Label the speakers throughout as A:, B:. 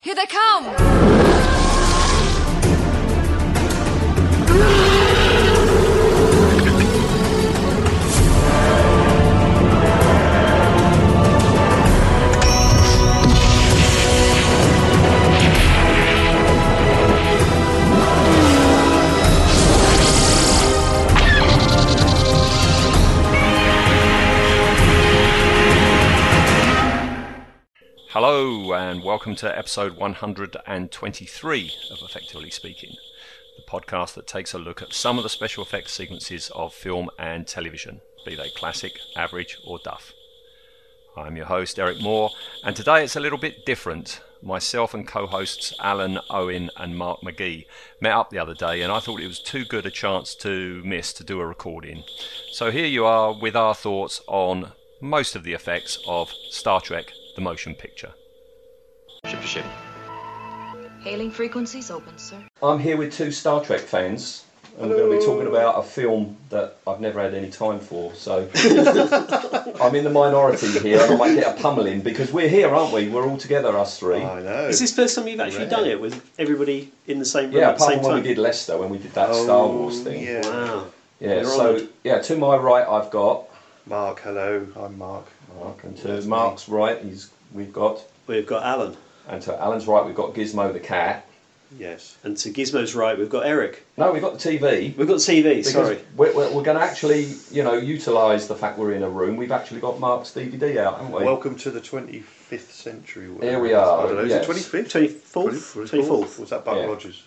A: Here they come!
B: Hello, and welcome to episode 123 of Effectively Speaking, the podcast that takes a look at some of the special effects sequences of film and television, be they classic, average, or duff. I'm your host, Eric Moore, and today it's a little bit different. Myself and co hosts Alan Owen and Mark McGee met up the other day, and I thought it was too good a chance to miss to do a recording. So here you are with our thoughts on most of the effects of Star Trek The Motion Picture.
C: Ship to ship.
A: Hailing frequencies open, sir.
B: I'm here with two Star Trek fans, and we're going to be talking about a film that I've never had any time for. So I'm in the minority here, and I might get a pummeling because we're here, aren't we? We're all together, us three.
C: I know.
D: Is this the first time you've actually
C: Rare.
D: done it with everybody in the same room
B: yeah,
D: at the
B: apart
D: same
B: from when
D: time?
B: we did Leicester, when we did that Star Wars thing.
C: Oh, Yeah.
D: Wow.
B: Yeah,
D: We're
B: so
D: honoured.
B: yeah, to my right, I've got
C: Mark, hello. I'm Mark.
B: Mark, and to
C: That's me.
B: Mark's right, he's we've got,
D: We've got Alan,
B: and to Alan's right, we've got Gizmo the cat.
C: Yes.
D: and to Gizmo's right, we've got Eric.
B: No, we've got the TV.
D: We've got TV.
B: Because
D: sorry.
B: we're, we're, we're going to actually, you know, utilise the fact we're in a room. We've actually got Mark's DVD out, haven't we?
C: Welcome to the 25th century. world.
B: Here we are,
C: I don't know.
B: yes.
C: Is it 25th?
D: 24th? 24th.
C: Was that Buck
B: Yeah.
C: Rogers?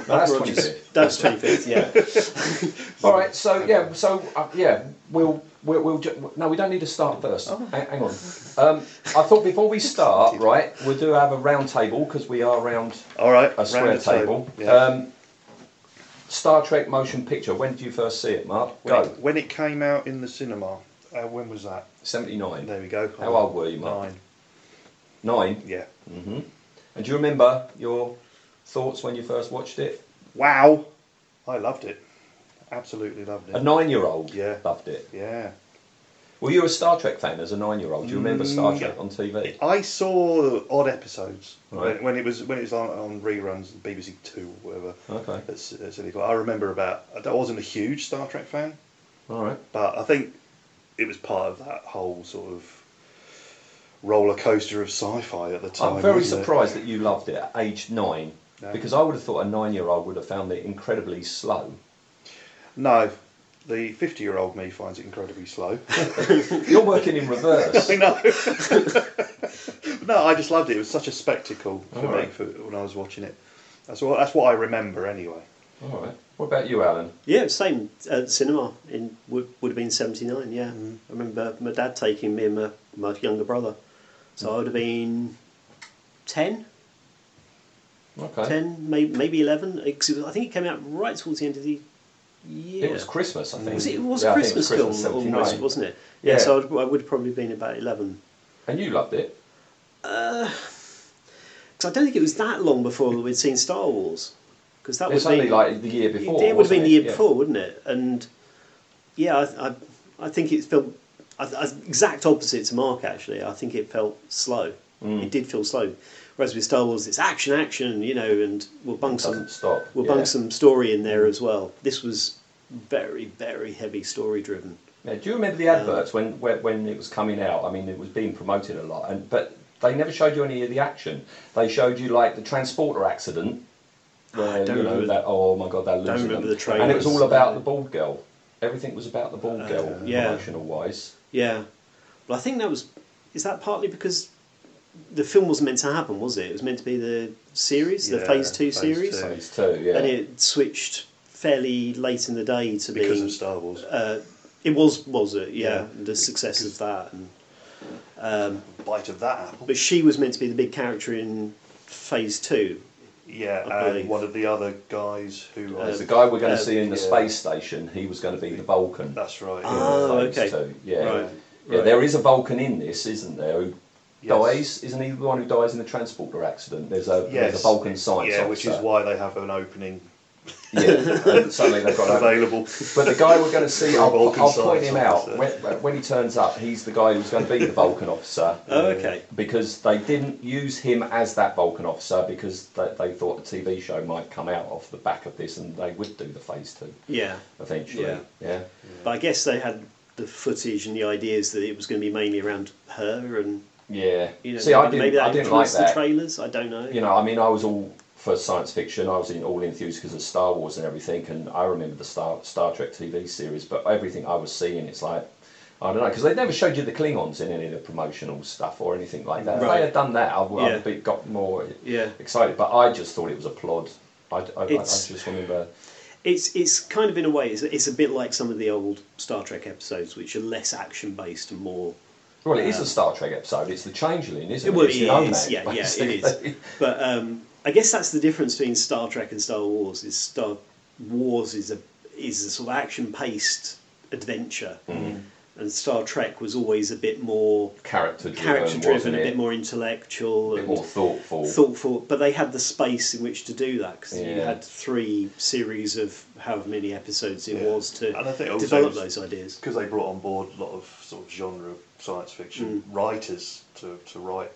B: No, that's
D: Rogers.
B: 25th.
D: That's 25th, yeah.
B: All right, so yeah, so uh, yeah, we'll we'll, we'll ju- no, we don't need to start first. Hang, hang on. Um, I thought before we start, right, we'll do have a round table because we are round
C: All right.
B: a square
C: round the
B: table.
C: Yeah.
B: Um, Star Trek motion picture. When did you first see it, Mark?
C: when,
B: Go.
C: It, when it came out in the cinema, uh, when was that?
B: Seventy nine.
C: There we go.
B: How old were you, Mark?
C: Nine.
B: Nine.
C: Yeah.
B: And do you remember your thoughts when you first watched it?
C: Wow. I loved it. Absolutely loved
B: A
C: it.
B: nine year old.
C: Yeah.
B: Loved it.
C: Yeah.
B: Were you a Star Trek fan as a nine year old? Do you remember Star Trek on TV?
C: Mm, I saw odd episodes
B: Right.
C: when, when it was when it was on, on reruns, BBC Two or whatever.
B: Okay.
C: That's, that's illegal. I remember about. I wasn't a huge Star Trek fan,
B: All right.
C: but I think it was part of that whole sort of roller coaster of sci-fi at the time.
B: I'm very
C: wasn't it?
B: surprised that you loved it at age nine,
C: No.
B: because I would have thought a nine-year-old would have found it incredibly slow.
C: No, the fifty-year-old me finds it incredibly slow.
B: You're working in reverse.
C: I know. no, I just loved it. It was such a spectacle for me
B: Alright.
C: for, when I was watching it. That's what that's what I remember anyway.
B: All right. What about you, Alan?
D: Yeah, same at cinema. In would, would have been 79, yeah.
C: Mm.
D: I remember my dad taking me and my, my younger brother. So I would have been 10,
B: Okay.
D: 10, maybe, maybe 11. Cause it was- I think it came out right towards the end of the year.
B: It was Christmas, I think.
D: Was it, it was
B: Yeah,
D: a
B: I think
D: Christmas, film
B: 79.
D: almost, wasn't it? Yeah,
B: Yeah.
D: so I'd, I would have probably been about 11.
B: And you loved it.
D: Because I don't think it was that long before that we'd seen Star Wars. Because that
B: It was
D: would
B: only
D: have been,
B: like the year before.
D: it would have
B: wasn't
D: been the year
B: Yeah.
D: before, wouldn't it? And yeah, I, I, I think it felt I, I, exact opposite to Mark. Actually, I think it felt slow.
B: Mm.
D: It did feel slow. Whereas with Star Wars, it's action, action, you know, and we'll bung some
B: Doesn't stop.
D: we'll
B: yeah.
D: bung some story in
C: Mm.
D: there as well. This was very, very heavy story driven.
B: Yeah, do you remember the adverts when, when when it was coming out? I mean, it was being promoted a lot, and but they never showed you any of the action. They showed you like the transporter accident. Where,
D: Ah, don't
B: you know,
D: remember-
B: that, oh my god, they're losing
D: remember
B: them.
D: the
B: And it was all
D: trailers. Uh,
B: about the bald girl. Everything was about the bald girl,
D: yeah.
B: promotional wise.
D: Yeah. Well, I think that was. Is that partly because the film wasn't meant to happen, was it? It was meant to be the series, the
C: Yeah,
D: Phase 2
C: Phase
D: series.
C: Two.
B: Phase two, yeah.
D: And it switched fairly late in the day to
C: Because
D: being.
C: of Star Wars.
D: uh, it was, was it? Yeah,
C: Yeah.
D: the success of that. And,
C: Bite of that apple.
D: but she was meant to be the big character in Phase 2.
C: Yeah,
D: I
C: and
D: believe.
C: one of the other guys who
B: There's
C: was.
B: the guy we're going to
D: uh,
B: see in the
C: yeah.
B: space station. He was going to be the Vulcan.
C: That's right.
B: in
D: Ah. Oh,
B: Phase
D: okay.
B: two, Yeah.
D: Right,
B: yeah,
D: right.
B: there is a Vulcan in this, isn't there? Who
C: Yes.
B: dies? Isn't he the one who dies in the transporter accident? There's a
C: Yes.
B: there's a Vulcan science
C: Yeah, which is
B: officer.
C: why they have an opening
B: Yeah, and suddenly they've got another.
C: available.
B: But the guy we're going to see, I'll,
C: Vulcan
B: I'll point
C: science
B: him out
C: officer.
B: when, when he turns up. He's the guy who's going to be the Vulcan officer.
D: Oh, okay.
B: Because they didn't use him as that Vulcan officer because they, they thought a TV show might come out off the back of this and they would do the phase two
D: Yeah.
B: eventually.
D: Yeah.
B: yeah.
D: But I guess they had the footage and the ideas that it was going to be mainly around her and
B: Yeah.
D: you know
B: See, I
D: maybe, maybe
B: didn't,
D: that
B: I didn't like
D: influenced
B: that.
D: the trailers. I don't know.
B: you know, I mean, I was all for science fiction. I was in, all enthused because of Star Wars and everything. And I remember the Star Star Trek TV series, but everything I was seeing, it's like I don't know because they never showed you the Klingons in any of the promotional stuff or anything like that. If
D: Right.
B: they had done that, I would I'd
D: Yeah.
B: be, got more
D: Yeah.
B: excited. But I just thought it was a plod. I, I, I, I
D: It's-
B: just remember.
D: It's it's kind of in a way it's, it's a bit like some of the old Star Trek episodes which are less action based and more
B: Well, it is a Star Trek episode. It's the Changeling, isn't it?
D: um, well,
B: it's
D: it
B: the Nomad,
D: is, yeah, yeah, it
B: basically.
D: is. But um, I guess that's the difference between Star Trek and Star Wars. Is Star Wars is a is a sort of action paced adventure,
B: Mm.
D: and Star Trek was always a bit more
B: Character driven,
D: character driven,
B: wasn't
D: a
B: it?
D: bit more intellectual,
B: a bit
D: and
B: more thoughtful.
D: thoughtful. But they had the space in which to do that because you
B: Yeah.
D: had three series of however many episodes it
C: Yeah.
D: was to
C: And I think also
D: develop
C: it's-
D: those ideas.
C: because they brought on board a lot of sort of genre science fiction writers to, to write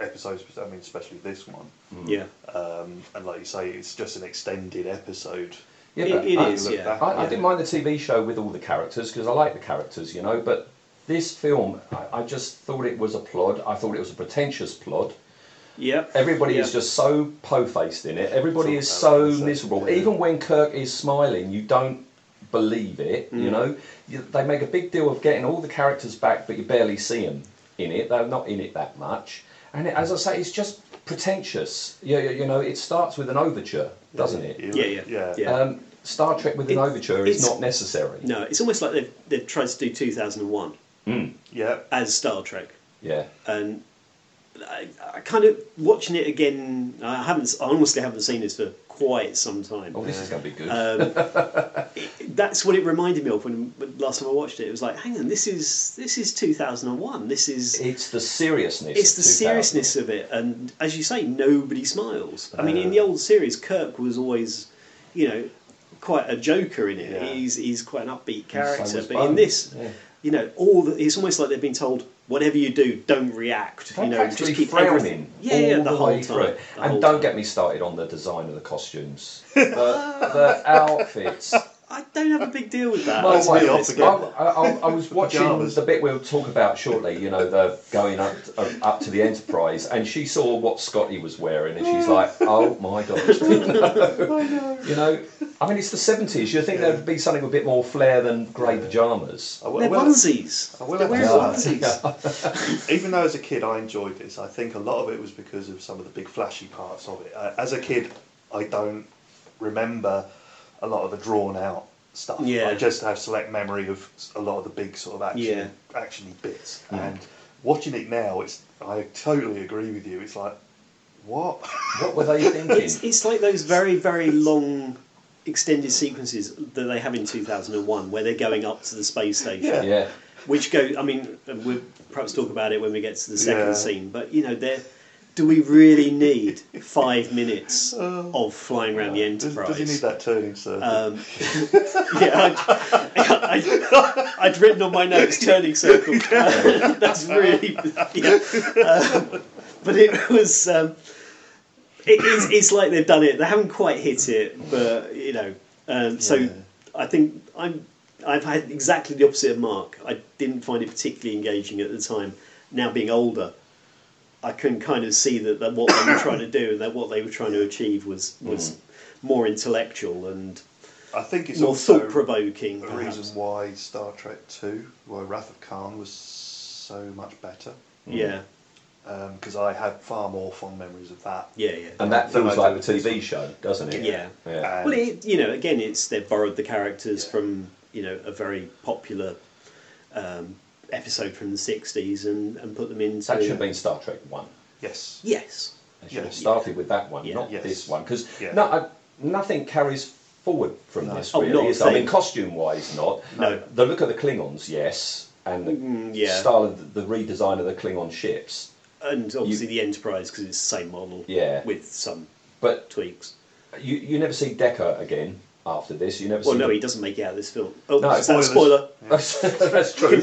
C: episodes. I mean, especially this one.
B: Mm.
D: Yeah,
C: Um, and like you say, it's just an extended episode.
B: Yeah,
D: It-
B: but
D: it
B: I-
D: is,
C: look
D: yeah.
C: back-
B: I, I didn't mind the TV show with all the characters because I like the characters, you know. But this film, I, I just thought it was a plod. I thought it was a pretentious plod.
D: yeah.
B: Everybody is
D: Yeah.
B: just so po-faced in it. Everybody is
C: Sort of
B: so
C: so-
B: miserable.
C: yeah.
B: Even when Kirk is smiling, you don't believe it.
D: Mm.
B: You know, you, they make a big deal of getting all the characters back, but you barely see them in it. They're not in it that much. And it, as I say, it's just pretentious. You, you, you know, it starts with an overture, doesn't it?
C: You
D: Yeah,
C: look-
D: yeah, yeah.
B: Um, Star Trek with an
D: It's-
B: overture is
D: it's-
B: not necessary.
D: No, it's almost like they've they've tried to do two thousand and one
C: yeah.
D: as Star Trek.
B: Yeah.
D: and I, I kind of watching it again. I haven't, I honestly haven't seen this for quite some time.
B: Oh, this is going to be good.
D: Um, That's what it reminded me of when when last time I watched it. It was like, hang on, this is this is two thousand and one. This is
B: it's the seriousness.
D: it's
B: of
D: the
B: 2000.
D: seriousness of it, and as you say, nobody smiles. I mean, in
B: Uh,
D: the old series, Kirk was always, you know, quite a joker in it.
C: Yeah.
D: He's he's quite an upbeat
B: so
D: character,
B: was
D: but in
B: Bones,
D: this,
B: yeah.
D: you know, all the, it's almost like they've been told. Whatever you do, don't react.
B: They're
D: you know,
B: practically
D: just keep
B: frowning
D: everything- Yeah, yeah,
B: all
D: the,
B: the,
D: whole
B: way
D: time.
B: through. it.
D: the whole
B: And don't
D: time.
B: get me started on the design of the costumes. the, the outfits.
D: I don't have a big deal with that.
B: By the
D: Let's
B: way,
D: be
C: I'll
D: honest,
B: I,
C: forget.
D: but-
B: I, I, I was watching
C: Pajamas.
B: the bit we'll talk about shortly. You know, the going up uh, up to the Enterprise, and she saw what Scotty was wearing, and she's like, "Oh my god!" You know, you know I mean, it's the seventies. You think there'd be something a bit more flair than grey pajamas?
C: I will-
D: They're
C: I will-
D: onesies.
C: I will
D: They're
C: have
D: wearing
C: to say,
D: onesies.
C: Even though as a kid I enjoyed this, I think a lot of it was because of some of the big flashy parts of it. Uh, as a kid, I don't remember a lot of the drawn out stuff.
D: Yeah.
C: I just have select memory of s- a lot of the big sort of action
D: Yeah.
C: actiony bits. And watching it now, it's I totally agree with you. It's like what?
B: What were they thinking?
D: It's, it's like those very, very long extended sequences that they have in 2001 where they're going up to the space station.
C: Yeah.
B: yeah.
D: Which go, I mean, and we'll perhaps talk about it when we get to the second
C: Yeah.
D: scene, but you know, they're. Do we really need five minutes
C: Oh.
D: of flying around the
C: does,
D: Enterprise?
C: does he need that turning circle?
D: Um, yeah, I'd, I'd, I'd written on my notes turning circle. Uh, that's really, yeah. Um, but it was. Um, it is. It's like they've done it. They haven't quite hit it, but you know. Um, so
C: Yeah.
D: I think I'm. I've had exactly the opposite of Mark. I didn't find it particularly engaging at the time. Now being older, I can kind of see that, that what they were trying to do and that what they were trying to achieve was was more intellectual and
C: I think it's
D: more
C: also
D: thought provoking.
C: a reason why Star Trek Two, why Wrath of Khan was so much better.
D: Yeah,
C: Because I had far more fond memories of that.
D: yeah, yeah.
B: And that feels
C: No, I
B: like the
C: do.
B: TV show, doesn't it?
D: Yeah.
B: Yeah.
D: well, it, you know, again, it's they've borrowed the characters from you know a very popular um, episode from the '60s and, and put them into.
B: That should have been Star Trek 1.
C: Yes.
D: Yes.
B: They should have
C: Yes.
B: started with that one,
D: Yeah.
B: not
C: Yes.
B: this one. Because
C: Yeah.
B: no, I- nothing carries forward from
C: No.
B: this,
D: Oh,
B: really.
D: not a
B: is there? I
D: thing.
B: mean, costume wise, not.
D: No.
B: The look of the Klingons, yes. And the
D: Mm, yeah.
B: style of the the redesign of the Klingon ships.
D: And obviously the Enterprise because it's the same model.
B: Yeah.
D: With some
B: But
D: tweaks.
B: you, you never see Decker again after this. You never
D: Well,
B: see
D: no, he doesn't make it out of this film. Oh,
B: No,
D: is that a spoiler.
C: spoilers.
B: That's, that's true.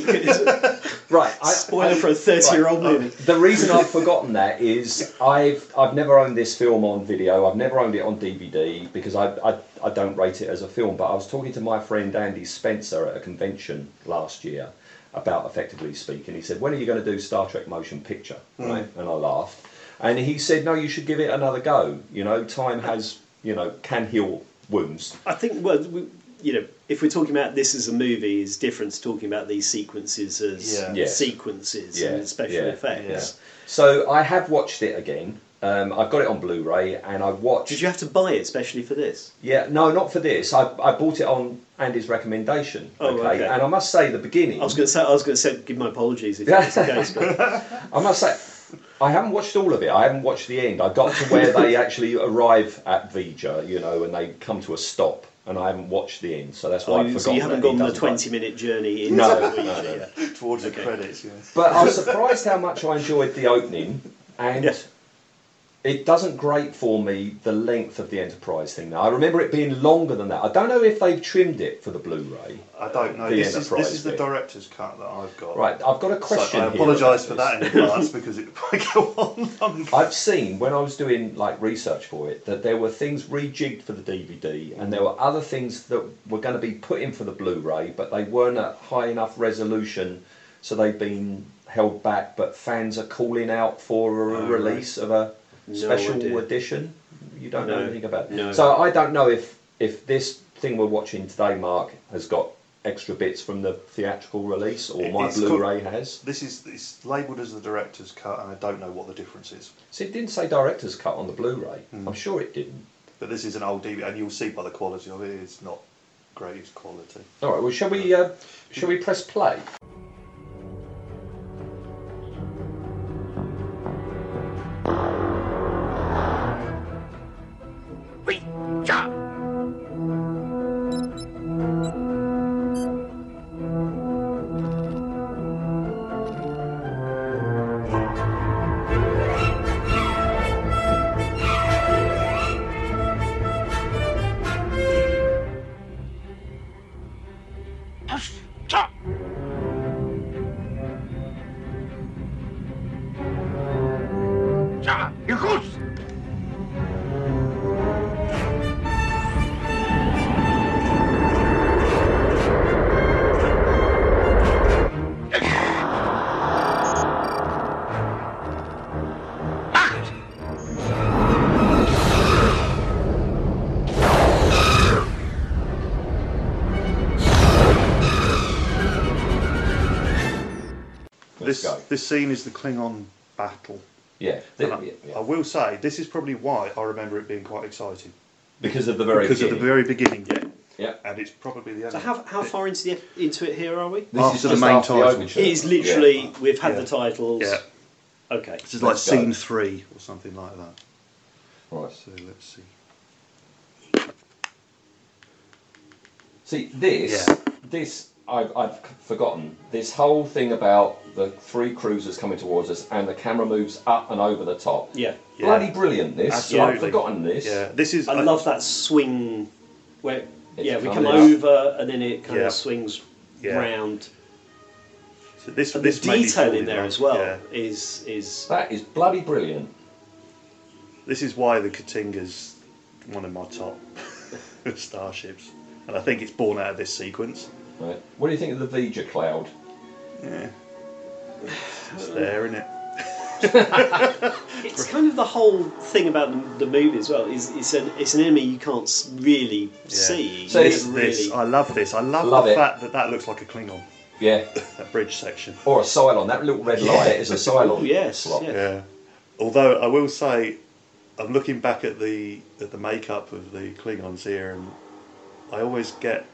B: right. I,
D: spoiler for a 30 year old movie.
B: the reason I've forgotten that is I've I've never owned this film on video. I've never owned it on DVD because I, I I don't rate it as a film. But I was talking to my friend Andy Spencer at a convention last year about effectively speaking. He said, "When are you going to do Star Trek motion picture?" Right, and I laughed. And he said, "No, you should give it another go. You know, time has you know can heal wounds."
D: I think, well, we, you know, if we're talking about this as a movie, is different to talking about these sequences as
C: Yeah.
B: Yes.
D: sequences and special
B: yeah,
D: effects.
B: yeah. So I have watched it again. Um, I've got it on Blu-ray, and I watched.
D: Did you have to buy it especially for this?
B: Yeah, no, not for this. I, I bought it on Andy's recommendation.
D: Oh, okay.
B: And I must say, the beginning.
D: I was going to say, I was going to say, give my apologies if that's the case, but
B: I must say, I haven't watched all of it. I haven't watched the end. I got to where they actually arrive at Vija, you know, and they come to a stop, and I haven't watched the end, so that's why Oh, I've
D: Oh, you,
B: forgotten.
D: so you haven't
B: that he
D: gone on the
B: does that.
D: 20 minute journey into
B: No,
D: the
B: no,
D: Ouija.
C: Towards
D: Okay.
C: the credits, yeah.
B: But I was surprised how much I enjoyed the opening, and
D: Yeah.
B: it doesn't grate for me the length of the Enterprise thing. Now I remember it being longer than that. I don't know if they've trimmed it for the Blu-ray.
C: I don't know.
B: The
C: This is,
B: Enterprise
C: this is the
B: bit.
C: director's cut that I've got.
B: Right, I've got a
C: So
B: question.
C: I
B: here about
C: apologise for
B: this.
C: that in advance because it might go on. long.
B: I've seen when I was doing like research for it that there were things rejigged for the DVD, and there were other things that were going to be put in for the Blu-ray, but they weren't at high enough resolution, so they've been held back. But fans are calling out for a
D: Oh,
B: release of a
D: No
B: special
D: idea.
B: edition. You don't know
D: No,
B: anything about. it.
D: no.
B: So I don't know if if this thing we're watching today, Mark, has got extra bits from the theatrical release, or
C: It-
B: my
C: it's got-
B: Blu-ray has.
C: This is it's labelled as the director's cut, and I don't know what the difference is.
B: See, it didn't say director's cut on the Blu-ray.
D: Hmm.
B: I'm sure it didn't.
C: But this is an old DVD, and you'll see by the quality of it, it's not great quality.
B: All right. Well, shall we? Uh, shall we press play? Let's
C: This
B: go.
C: this scene is the Klingon battle.
B: Yeah.
C: And
B: yeah,
C: I,
B: yeah.
C: I will say this is probably why I remember it being quite exciting
B: Because of the very.
C: because
B: beginning.
C: at the very beginning, yeah,
B: Yeah.
C: and it's probably the only.
D: So, how, how far into, the, into it here are we?
B: This
C: After
B: is
C: the
B: just
C: main
B: after
C: title.
B: overture.
D: It is literally,
B: Yeah.
D: we've had
C: Yeah.
D: the titles.
C: yeah,
D: Okay.
C: this is like
B: Let's go.
C: scene three or something like that.
B: Right.
C: So let's see.
B: See this.
C: Yeah.
B: This I've, I've c- forgotten. This whole thing about the three cruisers coming towards us and the camera moves up and over the top.
D: Yeah.
C: Yeah.
B: Bloody brilliant! This. I've
C: Absolutely.
B: forgotten this.
C: Yeah, this is.
D: I love that swing where
B: It's
D: yeah we
B: kind
D: come
B: of-
D: over and then it kind
C: Yeah.
D: of swings
C: Yeah.
D: round.
C: So this,
D: And
C: this
D: the
C: made me
D: detail
C: fall
D: in there
C: love.
D: as well
C: Yeah.
D: is is
B: That is bloody brilliant.
C: This is why the Katinga's one of my top starships, and I think it's born out of this sequence.
B: Right. What do you think of the Vija cloud?
C: Yeah, it's there, isn't it?
D: it's kind of the whole thing about the, the movie as well is it's an it's an enemy you can't s- really see.
B: So
D: You
B: it's
C: This,
D: never
C: this, I love this. I love,
B: Love
C: the
B: it.
C: fact that that looks like a Klingon.
B: Yeah.
C: That bridge section.
B: Or a Cylon. That little red light is a Cylon.
D: Oh, yes,
B: slot.
D: yeah.
C: Yeah. Although I will say, I'm looking back at the at the makeup of the Klingons here, and I always get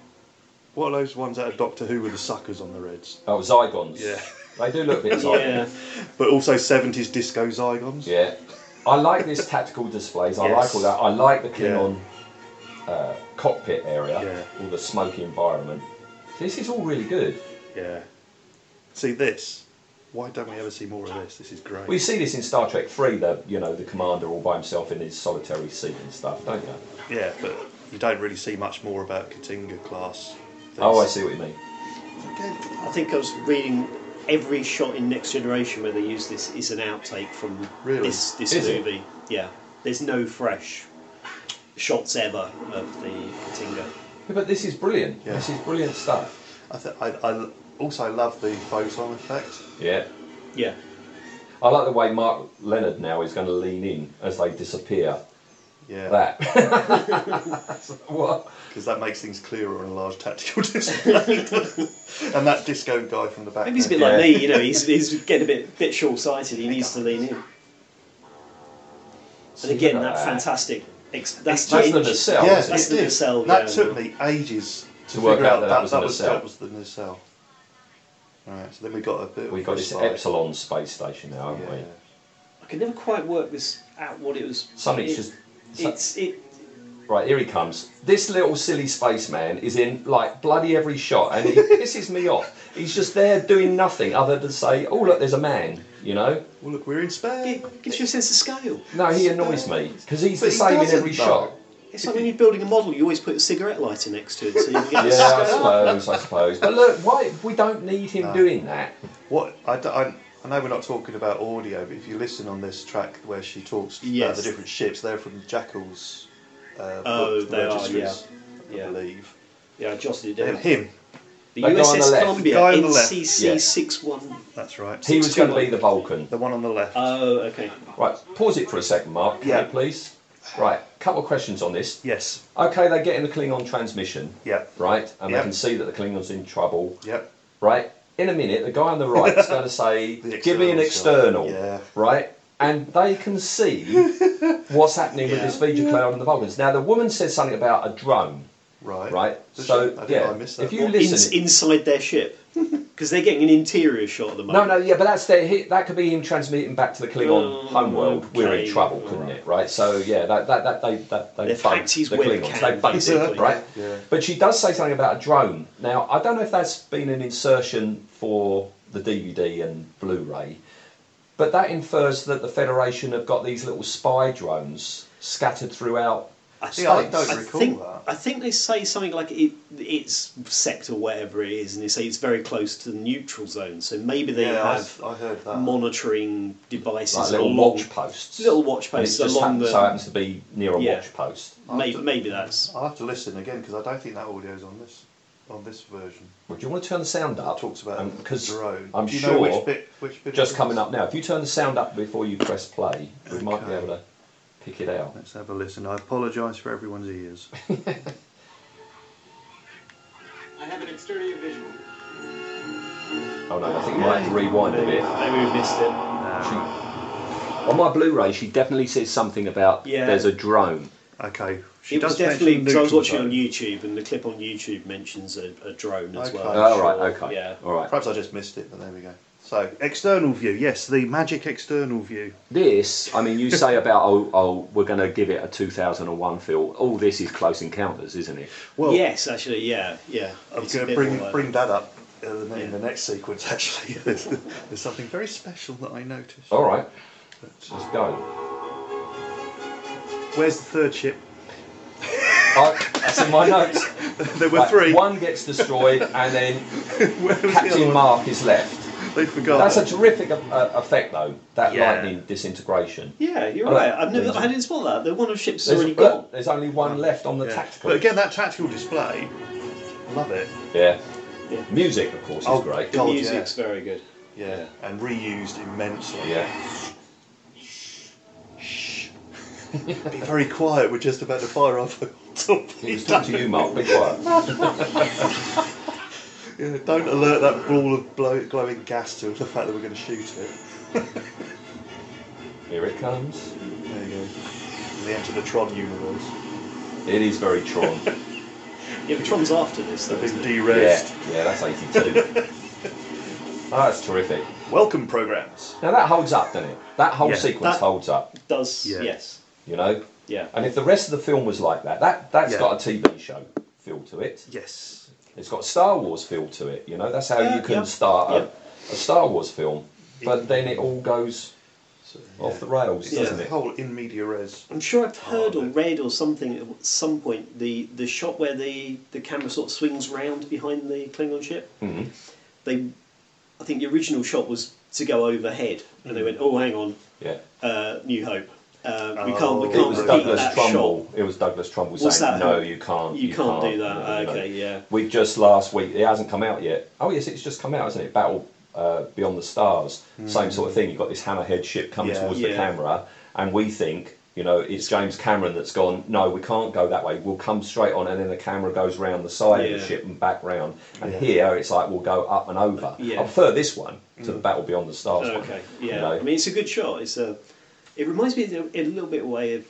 C: what are those ones out of Doctor Who with the suckers on the reds?
B: Oh, Zygons.
C: Yeah.
B: They do look a bit Zygons.
D: yeah.
C: But also 70s disco Zygons.
B: Yeah. I like this tactical displays. I
C: Yes.
B: like all that. I like the Klingon uh, cockpit area,
C: Yeah.
B: all the smoky environment. This is all really good.
C: Yeah. See this? why don't we ever see more of this? This is great.
B: We see this in Star Trek Three, the you know the commander all by himself in his solitary seat and stuff, don't you?
C: yeah, but you don't really see much more about Katinga class. things.
B: Oh, I see what you mean.
D: I think I was reading every shot in Next Generation where they use this is an outtake from
C: Really?
D: this this
B: Is it?
D: movie. Yeah, there's no fresh shots ever of the Katinga.
B: Yeah, but this is brilliant.
C: Yeah.
B: This is brilliant stuff.
C: I, th- I, I also love the photon effect.
B: Yeah.
D: Yeah,
B: I like the way Mark Leonard now is going to lean in as they disappear.
C: Yeah,
B: That. what?
C: because that makes things clearer on a large tactical display. and that disco guy from the back.
D: maybe he's a bit
C: there.
B: Yeah.
D: like me. You know, he's, he's getting a bit bit short sighted. He needs to lean in. And again,
B: look at
D: that
B: that.
D: fantastic. Ex- that's
B: That's
D: the
B: the
D: engine-
B: nacelle.
C: yeah,
B: isn't it?
D: That's the
C: it did.
D: nacelle,
C: That
D: yeah.
C: took me ages
B: To work
C: figure
B: out that that was a
C: that was,
B: nacelle.
C: that was the nacelle. Right, so then we got a bit. of
B: We've got this
C: slide.
B: Epsilon space station now, haven't we?
C: Yeah.
D: I could never quite work this out. What it was.
B: Something's
D: it-
B: just. so-
D: It's it.
B: Right, here he comes. This little silly spaceman is in like bloody every shot and he pisses me off. He's just there doing nothing other than say, oh, look, there's a man, you know?
C: Well, look, we're in space.
D: It gives you a sense of scale.
B: No, he annoys me because he's
C: But
B: the
C: he
B: same in
C: doesn't,
B: every
C: though.
B: shot.
D: It's like when you're building a model, you always put a cigarette lighter next to it so you can get
B: Yeah,
D: the
B: I
D: scale.
B: suppose, I suppose. But look, why we don't need him doing that.
C: What I, d- I- I know we're not talking about audio, but if you listen on this track where she talks about
D: Yes.
C: the different ships, they're from Jackal's. Uh,
D: Oh,
C: book, The
D: they are,
C: Registries,
D: yeah.
C: I
D: Yeah.
C: believe.
D: Yeah, I jotted it
C: And
D: down.
C: him,
D: The
B: That guy on the
D: USS
B: left.
D: Columbia,
C: Guy on the left.
D: NCC six one.
C: that's right.
B: He was going to
D: two,
B: be the Vulcan.
C: the one on the left.
D: Oh, okay.
B: Right, pause it for a second, Mark, can
C: Yeah.
B: you please? Right, couple of questions on this.
C: yes.
B: Okay, they get in the Klingon transmission,
C: Yeah.
B: right? And
C: Yeah.
B: they can see that the Klingon's in trouble.
C: Yep.
B: right? In a minute, the guy on the right is going to say,
C: The
B: "Give me an
C: external
B: external,"
C: shot. Yeah.
B: right? And they can see what's happening with
C: Yeah.
B: this Vija cloud and the Vulcans. Now, the woman says something about a drone,
C: Right.
B: right?
C: Does
B: So,
C: she? I think
B: yeah,
C: I missed that.
B: if you
D: Or
B: listen,
D: ins- inside their ship because they're getting an interior shot at the
B: no,
D: moment.
B: no, yeah, but that's their hit. That could be him transmitting back to the Klingon
D: Oh,
B: homeworld. We're in
D: okay.
B: trouble, couldn't it? Right. So, yeah, that that, that they that they
D: They've hacked
B: bugged
D: his
B: the
D: webcam,
B: Klingons. They bugged it,
D: basically.
B: right?
C: Yeah.
B: But she does say something about a drone. Now, I don't know if that's been an insertion for the DVD and Blu-ray, but that infers that the Federation have got these little spy drones scattered throughout.
D: I,
C: See, I
D: think-
C: don't
D: I
C: recall
D: think,
C: that.
D: I think they say something like it, it's sector whatever it is, and they say it's very close to the neutral zone. So maybe they
C: Yeah, I s-
D: have
C: I heard that.
D: monitoring devices
B: Like little
D: along.
B: watch posts.
D: little watch
B: And it
D: posts
B: just
D: along
B: happens,
D: the-
B: so happens to be near a
D: Yeah.
B: watch post.
D: Maybe, maybe that's
C: I'll have to listen again because I don't think that audio's on this on this version.
B: Well, do you want to turn the sound up?
C: Talks about
B: Um,
C: a drone.
B: I'm
C: Do you
B: sure
C: know which bit, which bit it
B: just
C: is?
B: coming up now. If you turn the sound up before you press play, we might be
C: Okay.
B: able to pick it out.
C: Let's have a listen. I apologise for everyone's ears.
E: I have an exterior visual.
B: Oh no, I think we might have to rewind a bit.
D: maybe we missed it.
B: She, on my Blu-ray, she definitely says something about
D: Yeah.
B: there's a drone.
C: Okay. She
D: it was
C: does mention
D: definitely because I was
C: neutral
D: watching
C: zone.
D: on YouTube, and the clip on YouTube mentions a, a drone as
C: Okay.
D: well.
C: Oh,
B: All
D: Sure,
B: right, okay,
D: Yeah.
B: all right.
C: Perhaps I just missed it, but there we go. So external view, yes, the magic external view.
B: This, I mean, you say about oh, oh we're going to give it a 2001 feel. All this is Close Encounters, isn't it?
C: Well,
D: yes, actually, yeah, yeah.
C: I'm
D: It's a
C: going to
D: bit
C: bring
D: more like-
C: bring that up uh, in the, in
D: Yeah.
C: the next sequence. Actually, there's, there's something very special that I noticed.
B: All right,
C: But,
B: let's go.
C: Where's the third ship?
B: I, that's in my notes.
C: there were
B: Right,
C: three.
B: One gets destroyed, and then
C: Where was the other
B: Captain
C: one?
B: Mark is left.
C: They forgot.
B: That's a terrific uh, uh, effect, though. That
C: Yeah.
B: lightning disintegration.
D: Yeah, you're
B: Oh,
D: right. I've never,
B: there's-
D: I didn't spot that. The one of ships is
B: There's,
D: already gone.
B: there's only one left on the
C: Yeah.
B: tactical.
C: But again, that tactical display, I love it.
B: yeah.
D: Yeah.
B: Music, of course, is
C: Oh,
B: great.
C: God.
D: The
C: yeah.
D: music's very good.
C: Yeah, and reused immensely.
B: Yeah.
C: Be very quiet. We're just about to fire off a
B: He was
C: torpedo.
B: talking to you, Mark. Be quiet.
C: Yeah, don't alert that ball of blow, glowing gas to the fact that we're going to shoot it.
B: Here it comes.
C: There you go. They enter the Tron universe.
B: It is very Tron.
D: Yeah, but Tron's after this, though.
C: They've been
D: Isn't it?
B: yeah,
C: de-rezzed.
B: yeah, that's 82. oh, that's terrific.
C: Welcome programs.
B: Now that holds up, doesn't it? That whole
C: Yeah,
B: sequence
D: that-
B: holds up,
D: Does
C: Yeah.
D: yes,
B: you know?
D: yeah.
B: And if the rest of the film was like that, that, that's
C: Yeah.
B: got a TV show feel to it.
C: Yes.
B: It's got Star Wars feel to it, you know? That's how
D: Yeah,
B: you can
D: yeah,
B: start a,
D: yeah.
B: a Star Wars film. but then it all goes off the rails,
C: yeah, Oh.
B: doesn't
C: the
B: it?
C: whole in media res.
D: I'm sure I've heard
C: Oh,
D: or
C: no.
D: read or something at some point the, the shot where the, the camera sort of swings round behind the Klingon ship.
B: Mhm.
D: They, I think the original shot was to go overhead, and they went, "Oh, hang on,
B: Yeah.
D: uh, New Hope. Uh, we
C: Oh,
D: can't, we
C: it
B: It
D: can't
B: was
D: repeat
B: Douglas
D: that
B: Trumbull. It was Douglas Trumbull
D: What's
B: saying,
D: that?
B: "No, you can't.
D: shot. You, can't, do that.
B: No, no,
D: okay,
B: no."
D: yeah.
B: We've just last week. It hasn't come out yet. Oh yes, it's just come out, hasn't it? Battle uh, Beyond the Stars. Same sort of thing. You've got this hammerhead ship coming
C: Yeah.
B: towards the
D: Mm. Yeah.
B: camera, and we think. You know, it's James Cameron that's gone. No, we can't go that way. We'll come straight on, and then the camera goes round the side of
D: Yeah.
B: the ship and back round. And
C: Yeah.
B: here, it's like we'll go up and over.
D: Yeah. Mm.
B: I prefer this one to the Battle Beyond the Stars. one,
D: Okay, yeah.
B: you know.
D: I mean, it's a good shot. It's a. It reminds me in a- in a little bit of way of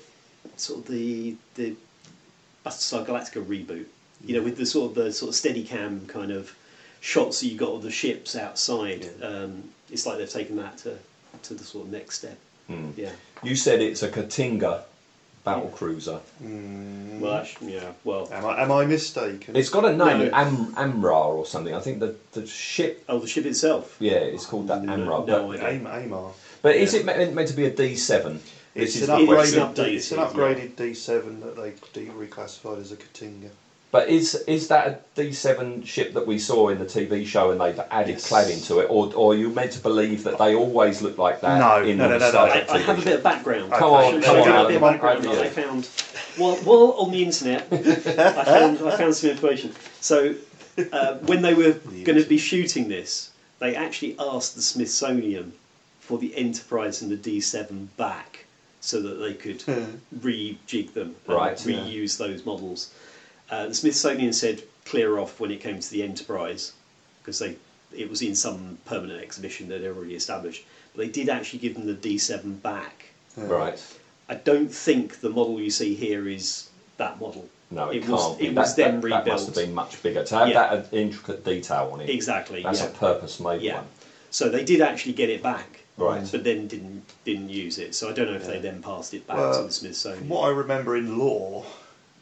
D: sort of the the Battlestar Galactica reboot. You
B: Mm.
D: know, with the sort of the sort of steady cam kind of shots that you got of the ships outside. Um, it's like they've taken that to to the sort of next step.
B: Hmm.
D: Yeah.
B: you said it's a Katinga battle cruiser.
D: Well, actually, yeah. Well.
C: Am I, am I mistaken?
B: It's got a name,
D: No.
B: Am, Amra or something. I think the, the ship,
D: Oh, the ship itself.
B: yeah, it's called that Amra.
D: no
B: but
D: idea.
C: Aim, Amar.
B: but is it meant, meant to be a D7? This
C: It's
B: is
C: an,
B: the
D: upgrade.
B: question.
C: upgraded,
D: updated,
C: it's an upgraded D7 that they de- reclassified as a Katinga.
B: But is is that a D7 ship that we saw in the TV show and they've added
C: Yes.
B: cladding to it? Or, or are you meant to believe that they always look like that
C: No,
B: in
C: no,
B: the
C: no, no,
B: Star
C: no.
B: Trek
D: I, I
B: TV
D: have a
B: show?
D: bit of background.
B: Come
D: I
B: on,
D: should-
B: come on,
D: should I give a
B: Alan,
D: bit of
B: come on,
D: background
B: over
D: that I
B: you.
D: found while, while on the internet. I found I found some information. So uh, when they were going to be shooting this, they actually asked the Smithsonian for the Enterprise and the D7 back so that they could rejig them and
B: Right, yeah.
D: reuse those models. Uh, the Smithsonian said clear off when it came to the Enterprise because they it was in some permanent exhibition that they'd already established. But they did actually give them the D7 back.
B: Right.
D: I don't think the model you see here is that model.
B: No, it,
D: it,
B: can't
D: was
B: be.
D: it
B: that,
D: was then
B: that,
D: rebuilt.
B: That must have been much bigger. To have
D: Yeah.
B: that intricate detail on it,
D: Exactly.
B: that's
D: yeah.
B: a purpose-made
D: yeah.
B: one.
D: So they did actually get it back.
B: Right.
D: But then didn't didn't use it. So I don't know if they then passed it back
C: Well,
D: to the Smithsonian.
C: From what I remember in law,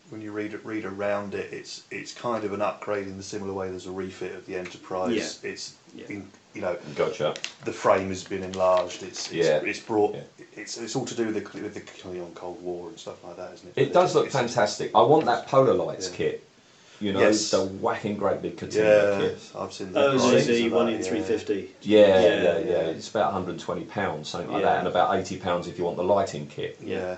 C: when you read read around it, it's it's kind of an upgrade in the similar way there's a refit of the Enterprise. It's
D: Yeah.
C: in- you know
B: Gotcha.
C: the frame has been enlarged. It's it's,
B: Yeah.
C: it's brought.
B: Yeah.
C: It's it's all to do with the with the Klingon Cold War and stuff like that, isn't it?
B: It does look
C: It's- it's-
B: fantastic. I want that Polar Lights
C: Yeah.
B: kit. You know,
C: Yes.
B: the whacking great big Katinga
C: Yeah,
B: kit.
C: I've seen that.
D: Oh, so
C: prices
D: the
C: of
D: one
C: that,
D: in
C: yeah.
D: three fifty.
B: Yeah,
D: Yeah,
B: yeah, yeah,
C: yeah.
B: It's about 120 pounds, something like
D: Yeah.
B: that, and about 80 pounds if you want the lighting kit.
C: Yeah.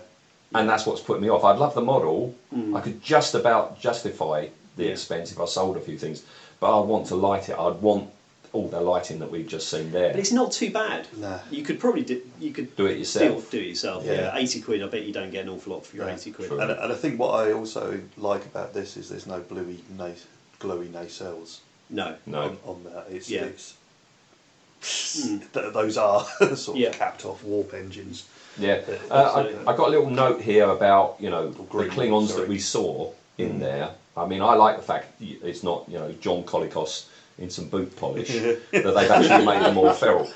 B: And that's what's put me off. I'd love the model. I could just about justify the
D: Yeah.
B: expense if I sold a few things, but I want to light it. I'd want all the lighting that we've just seen there.
D: But it's not too bad.
C: Nah.
D: You could probably do, you could
B: Do it yourself.
D: Still do it yourself. Yeah.
C: Yeah.
D: eighty quid. I bet you don't get an awful lot for your
C: Yeah,
D: eighty quid.
B: true.
C: And, and I think what I also like about this is there's no bluey na- glowy nacelles
D: No.
B: no.
C: on, on that. It's,
D: Yeah.
C: it's th- those are sort
D: Yeah.
C: of capped off warp engines.
B: Yeah, uh,
D: absolutely.
B: I, I got a little note here about you know
C: green,
B: the Klingons
C: sorry. Mm-hmm.
B: that we saw in there. I mean, I like the fact y- it's not you know John Colicos in some boot polish that they've actually made them more feral.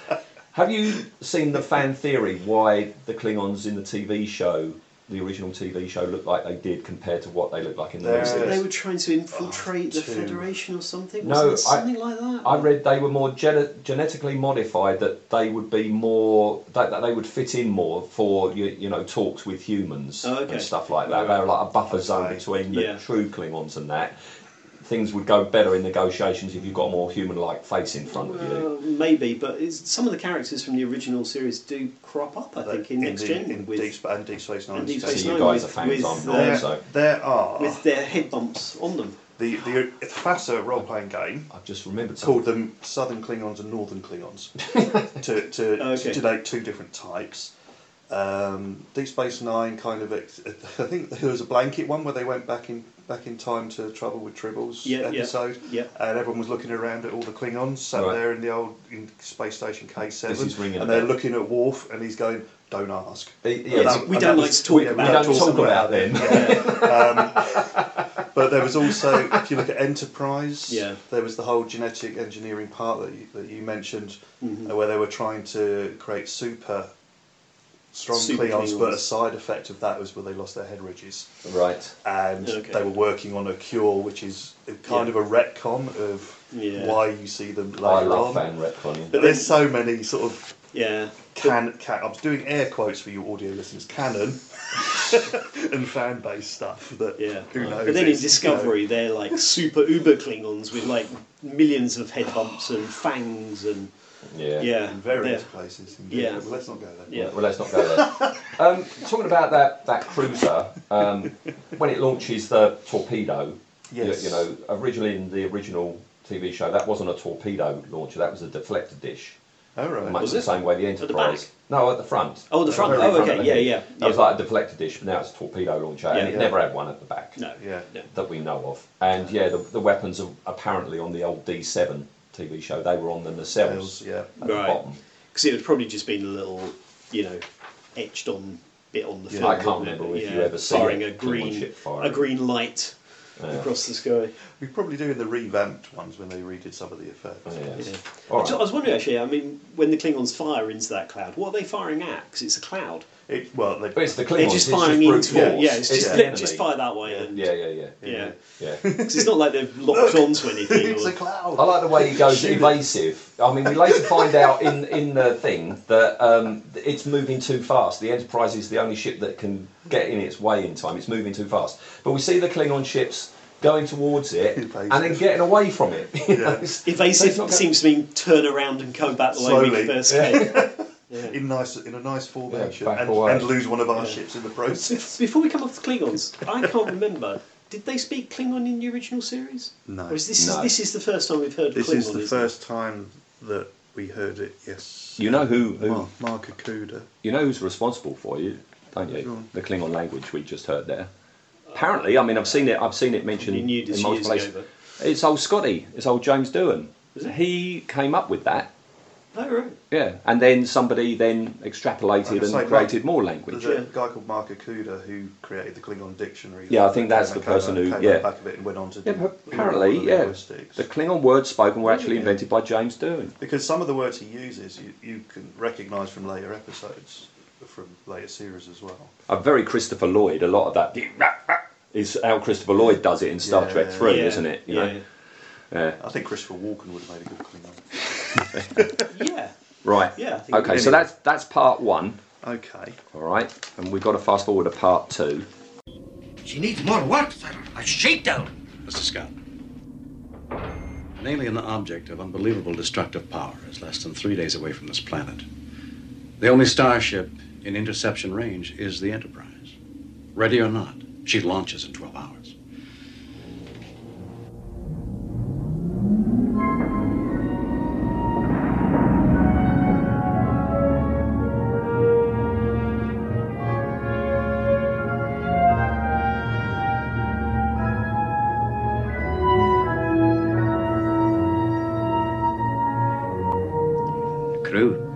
B: Have you seen the fan theory why the Klingons in the TV show, the original TV show, looked like they did compared to what they look like in the
C: There
B: movie?
C: is.
D: They were trying to infiltrate the
C: two.
D: Federation or something.
B: Oh, No,
D: Wasn't it
B: I-
D: something like that.
B: I read they were more gene- genetically modified that they would be more that, that they would fit in more for you, you know talks with humans
D: Oh, okay.
B: and stuff like that. They were like a buffer zone
C: Okay.
B: between the
D: Yeah.
B: true Klingons and that. Things would go better in negotiations if you've got a more human-like face in front of you.
D: Well, maybe, but it's, some of the characters from the original series do crop up. I think in, Next
C: the-
D: Gen
C: in
D: with
C: Deep, Spa- and Deep Space Nine.
D: and Deep
C: space
D: Space
B: So you
D: Nine
B: guys
D: with-
B: are fans,
D: with,
B: I'm not,
D: uh,
C: There,
B: so
C: there are
B: Oh.
D: with their head bumps on them.
C: the the FASA role playing game
B: I've just remembered something.
C: called them Southern Klingons and Northern Klingons to to,
D: Okay.
C: to date two different types. Um, Deep Space Nine kind of ex- I think there was a blanket one where they went back in back in time to Trouble with Tribbles
D: Yeah, yeah,
C: episode,
D: yeah.
C: and everyone was looking around at all the Klingons sat
B: Right.
C: there in the old in space station K seven,
B: This is ringing a
C: and they're
B: bell.
C: looking at Worf, and he's going, "Don't ask."
B: They-
C: And
B: E, yeah,
C: that-
B: we
C: and
D: don't
C: that
D: like to talk
C: yeah, we
D: about
B: them. We don't talk about them.
C: Yeah. Um, but there was also, if you look at Enterprise,
D: Yeah.
C: there was the whole genetic engineering part that you, that you mentioned,
D: Mm-hmm.
C: uh, where they were trying to create super strong
D: Super
C: Klingons, but a
D: Klingons.
C: side effect of that was where they lost their head ridges,
B: Right.
C: and
D: Okay.
C: they were working on a cure, which is a kind
D: Yeah.
C: of a retcon of
D: Yeah.
C: why you see them later
B: I love
C: on.
B: fan retconning.
C: But there's so many sort of
D: Yeah.
C: Can, can I was doing air quotes for you audio listeners. Canon and fan base stuff that
D: Yeah.
C: who knows.
D: But then in
C: is, you know,
D: Discovery, they're like super uber Klingons with like millions of head bumps and fangs and
B: Yeah.
D: yeah,
C: in various
D: they're-
C: places. in
D: Yeah.
C: Discovery. let's not go there.
D: Yeah.
B: Well, let's not go there. um, talking about that, that cruiser, um, when it launches the torpedo, you-
C: Yes.
B: you, know, originally in the original TV show, that wasn't a torpedo launcher, that was a deflector dish.
C: All right.
B: Much
D: Was
B: the
D: it?
B: same way the
D: the
B: Enterprise.
D: back?
B: No, at the front.
D: Oh, the front.
B: very
D: Oh,
B: front of
D: okay.
B: the
D: Yeah,
B: head.
D: yeah,
B: That was
D: yeah.
B: like a deflector dish, but now it's a torpedo launcher, and
D: Yeah.
B: it
D: Yeah.
B: never had one at the back
D: no,
C: Yeah.
D: no.
B: that we know of. And yeah, the, the weapons are apparently on the old D7 TV show, they were on the nacelles
C: Tails, Yeah.
B: at the
D: Right.
B: bottom.
D: Because it would probably just been a little, you know, etched on bit on the
C: Yeah.
D: film.
B: I can't
D: wouldn't it?
B: remember if you
D: Yeah,
B: ever see
D: firing
B: it,
D: a
B: Klingon
D: green
B: ship
D: a
B: firing.
D: green light
B: Yeah.
D: across the sky.
C: We probably do in the revamped ones when they redid some of the effects.
B: Oh, Yeah.
D: Yeah.
B: All
D: I was-
B: right.
D: I was wondering actually. I mean, when the Klingons fire into that cloud, what are they firing at? Because it's a cloud.
C: It, well, they,
B: But it's the Klingons.
D: They're just firing into
B: brute
D: it.
B: force.
D: Yeah, it's just
B: the
D: flip,
B: enemy.
D: just fire that way. and-
B: Yeah, yeah, yeah, yeah.
D: Yeah, because it's not like they've
C: Look,
D: locked onto anything.
C: it's
D: or-
C: a cloud.
B: I like the way he goes
C: Shoot it.
B: evasive. I mean, we later find out in in the thing that um, it's moving too fast. The Enterprise is the only ship that can get in its way in time. It's moving too fast. But we see the Klingon ships going towards it
C: Evasive.
B: and then getting away from it. You know,
C: Yeah.
B: it's- it's
D: Evasive
B: not go-
D: seems to mean turn around and come back the way
C: Slowly.
D: we first came.
C: in nice in a nice formation
B: back
C: and,
B: away.
C: and lose one of our ships in the process.
D: Before we come off the Klingons, I can't remember. Did they speak Klingon in the original series?
C: No.
D: Or is this
B: No.
D: this is the first time we've heard
C: This
D: Klingon?
C: is the
D: isn't it?
C: first time that we heard it. Yes.
B: You know who, who
C: Mark, Mark Akuda.
B: you know who's responsible for you, don't you?
C: Sure.
B: The Klingon language we just heard there. Apparently, I mean, I've seen it. I've seen it mentioned
D: You knew this
B: in multiple
D: years
B: places.
D: ago,
B: It's old Scotty. It's old James Doohan.
D: Is it?
B: He came up with that.
D: Oh right.
B: Yeah, and then somebody then extrapolated
C: Like I
B: and
C: say, Mark-
B: created more
C: There's
B: language.
C: a guy called Mark Akuda who created the Klingon dictionary.
B: Yeah, I think that's
C: Came
B: the
C: out-
B: person
C: came
B: who-
C: out
B: yeah.
C: back of it and went on to
B: Yeah,
C: do
B: but apparently,
C: all the
B: yeah,
C: linguistics.
B: the Klingon words spoken were actually
C: Yeah.
B: invented by James Doohan.
C: Because some of the words he uses, you, you can recognise from later episodes, from later series as well.
B: A very Christopher Lloyd. A lot of that is how Christopher Lloyd does it in Star
C: Yeah.
B: Trek Three,
D: yeah.
B: isn't it? You
D: yeah.
B: know? Yeah.
C: I think Christopher Walken would have made a good Klingon.
D: Yeah.
B: Right.
D: Yeah, I think-
B: Okay, so
C: Anyway.
B: that's that's part one.
C: Okay.
B: All right, and we've got to fast forward to part two.
F: She needs more work, sir. A shakedown.
G: Mr. Scott. An alien object of unbelievable destructive power is less than three days away from this planet. The only starship in interception range is the Enterprise. Ready or not, she launches in 12 hours.
F: The crew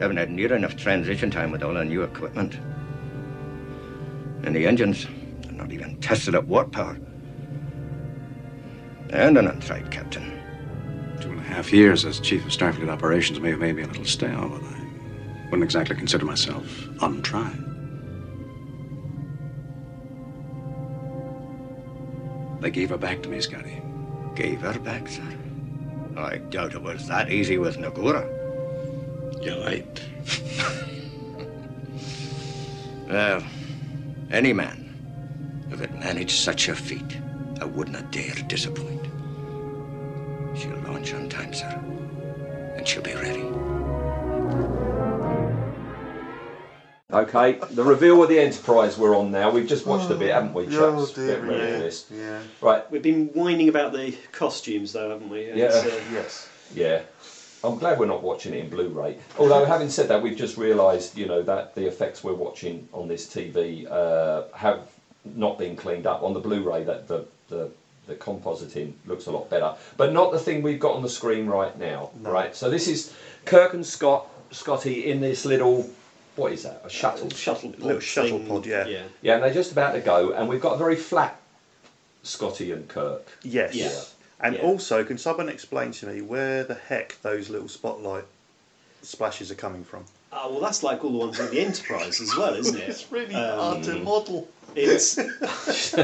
F: haven't had near enough transition time with all our new equipment. And the engines are not even tested at warp power. And an untried captain.
G: Two and a half years as chief of Starfleet operations may have made me a little stale, but I wouldn't exactly consider myself untried. They gave her back to me, Scotty.
F: Gave her back, sir. I doubt it was that easy with Nagura.
G: You're right.
F: Well, any man who could manage such a feat, I would not dare disappoint. She'll launch on time, sir. And she'll be ready.
B: Okay, the reveal of the Enterprise we're on now. We've just watched a bit, haven't we, chaps?
C: Oh, dear,
B: Bit ready for this.
C: yeah. yeah.
B: Right,
D: We've been whining about the costumes though, haven't we? And,
B: Yeah.
D: uh,
C: Yes.
B: yeah. I'm glad we're not watching it in Blu-ray. Although, having said that, we've just realised, you know, that the effects we're watching on this TV uh, have not been cleaned up on the Blu-ray. That the, the the compositing looks a lot better, but not the thing we've got on the screen right now. Right. So this is Kirk and Scott, Scotty in this little, what is that? A shuttle.
D: shuttle pod
C: Little shuttle
D: thing.
C: pod, yeah.
D: Yeah.
B: Yeah, and they're just about to go, and we've got a very flat Scotty and Kirk.
C: Yes.
D: Yeah.
C: And
D: Yeah.
C: also, can someone explain to me where the heck those little spotlight splashes are coming from?
D: Ah, well, that's like all the ones on the Enterprise as well, isn't it?
B: Mm-hmm.
C: really hard to model.
D: It's
C: It's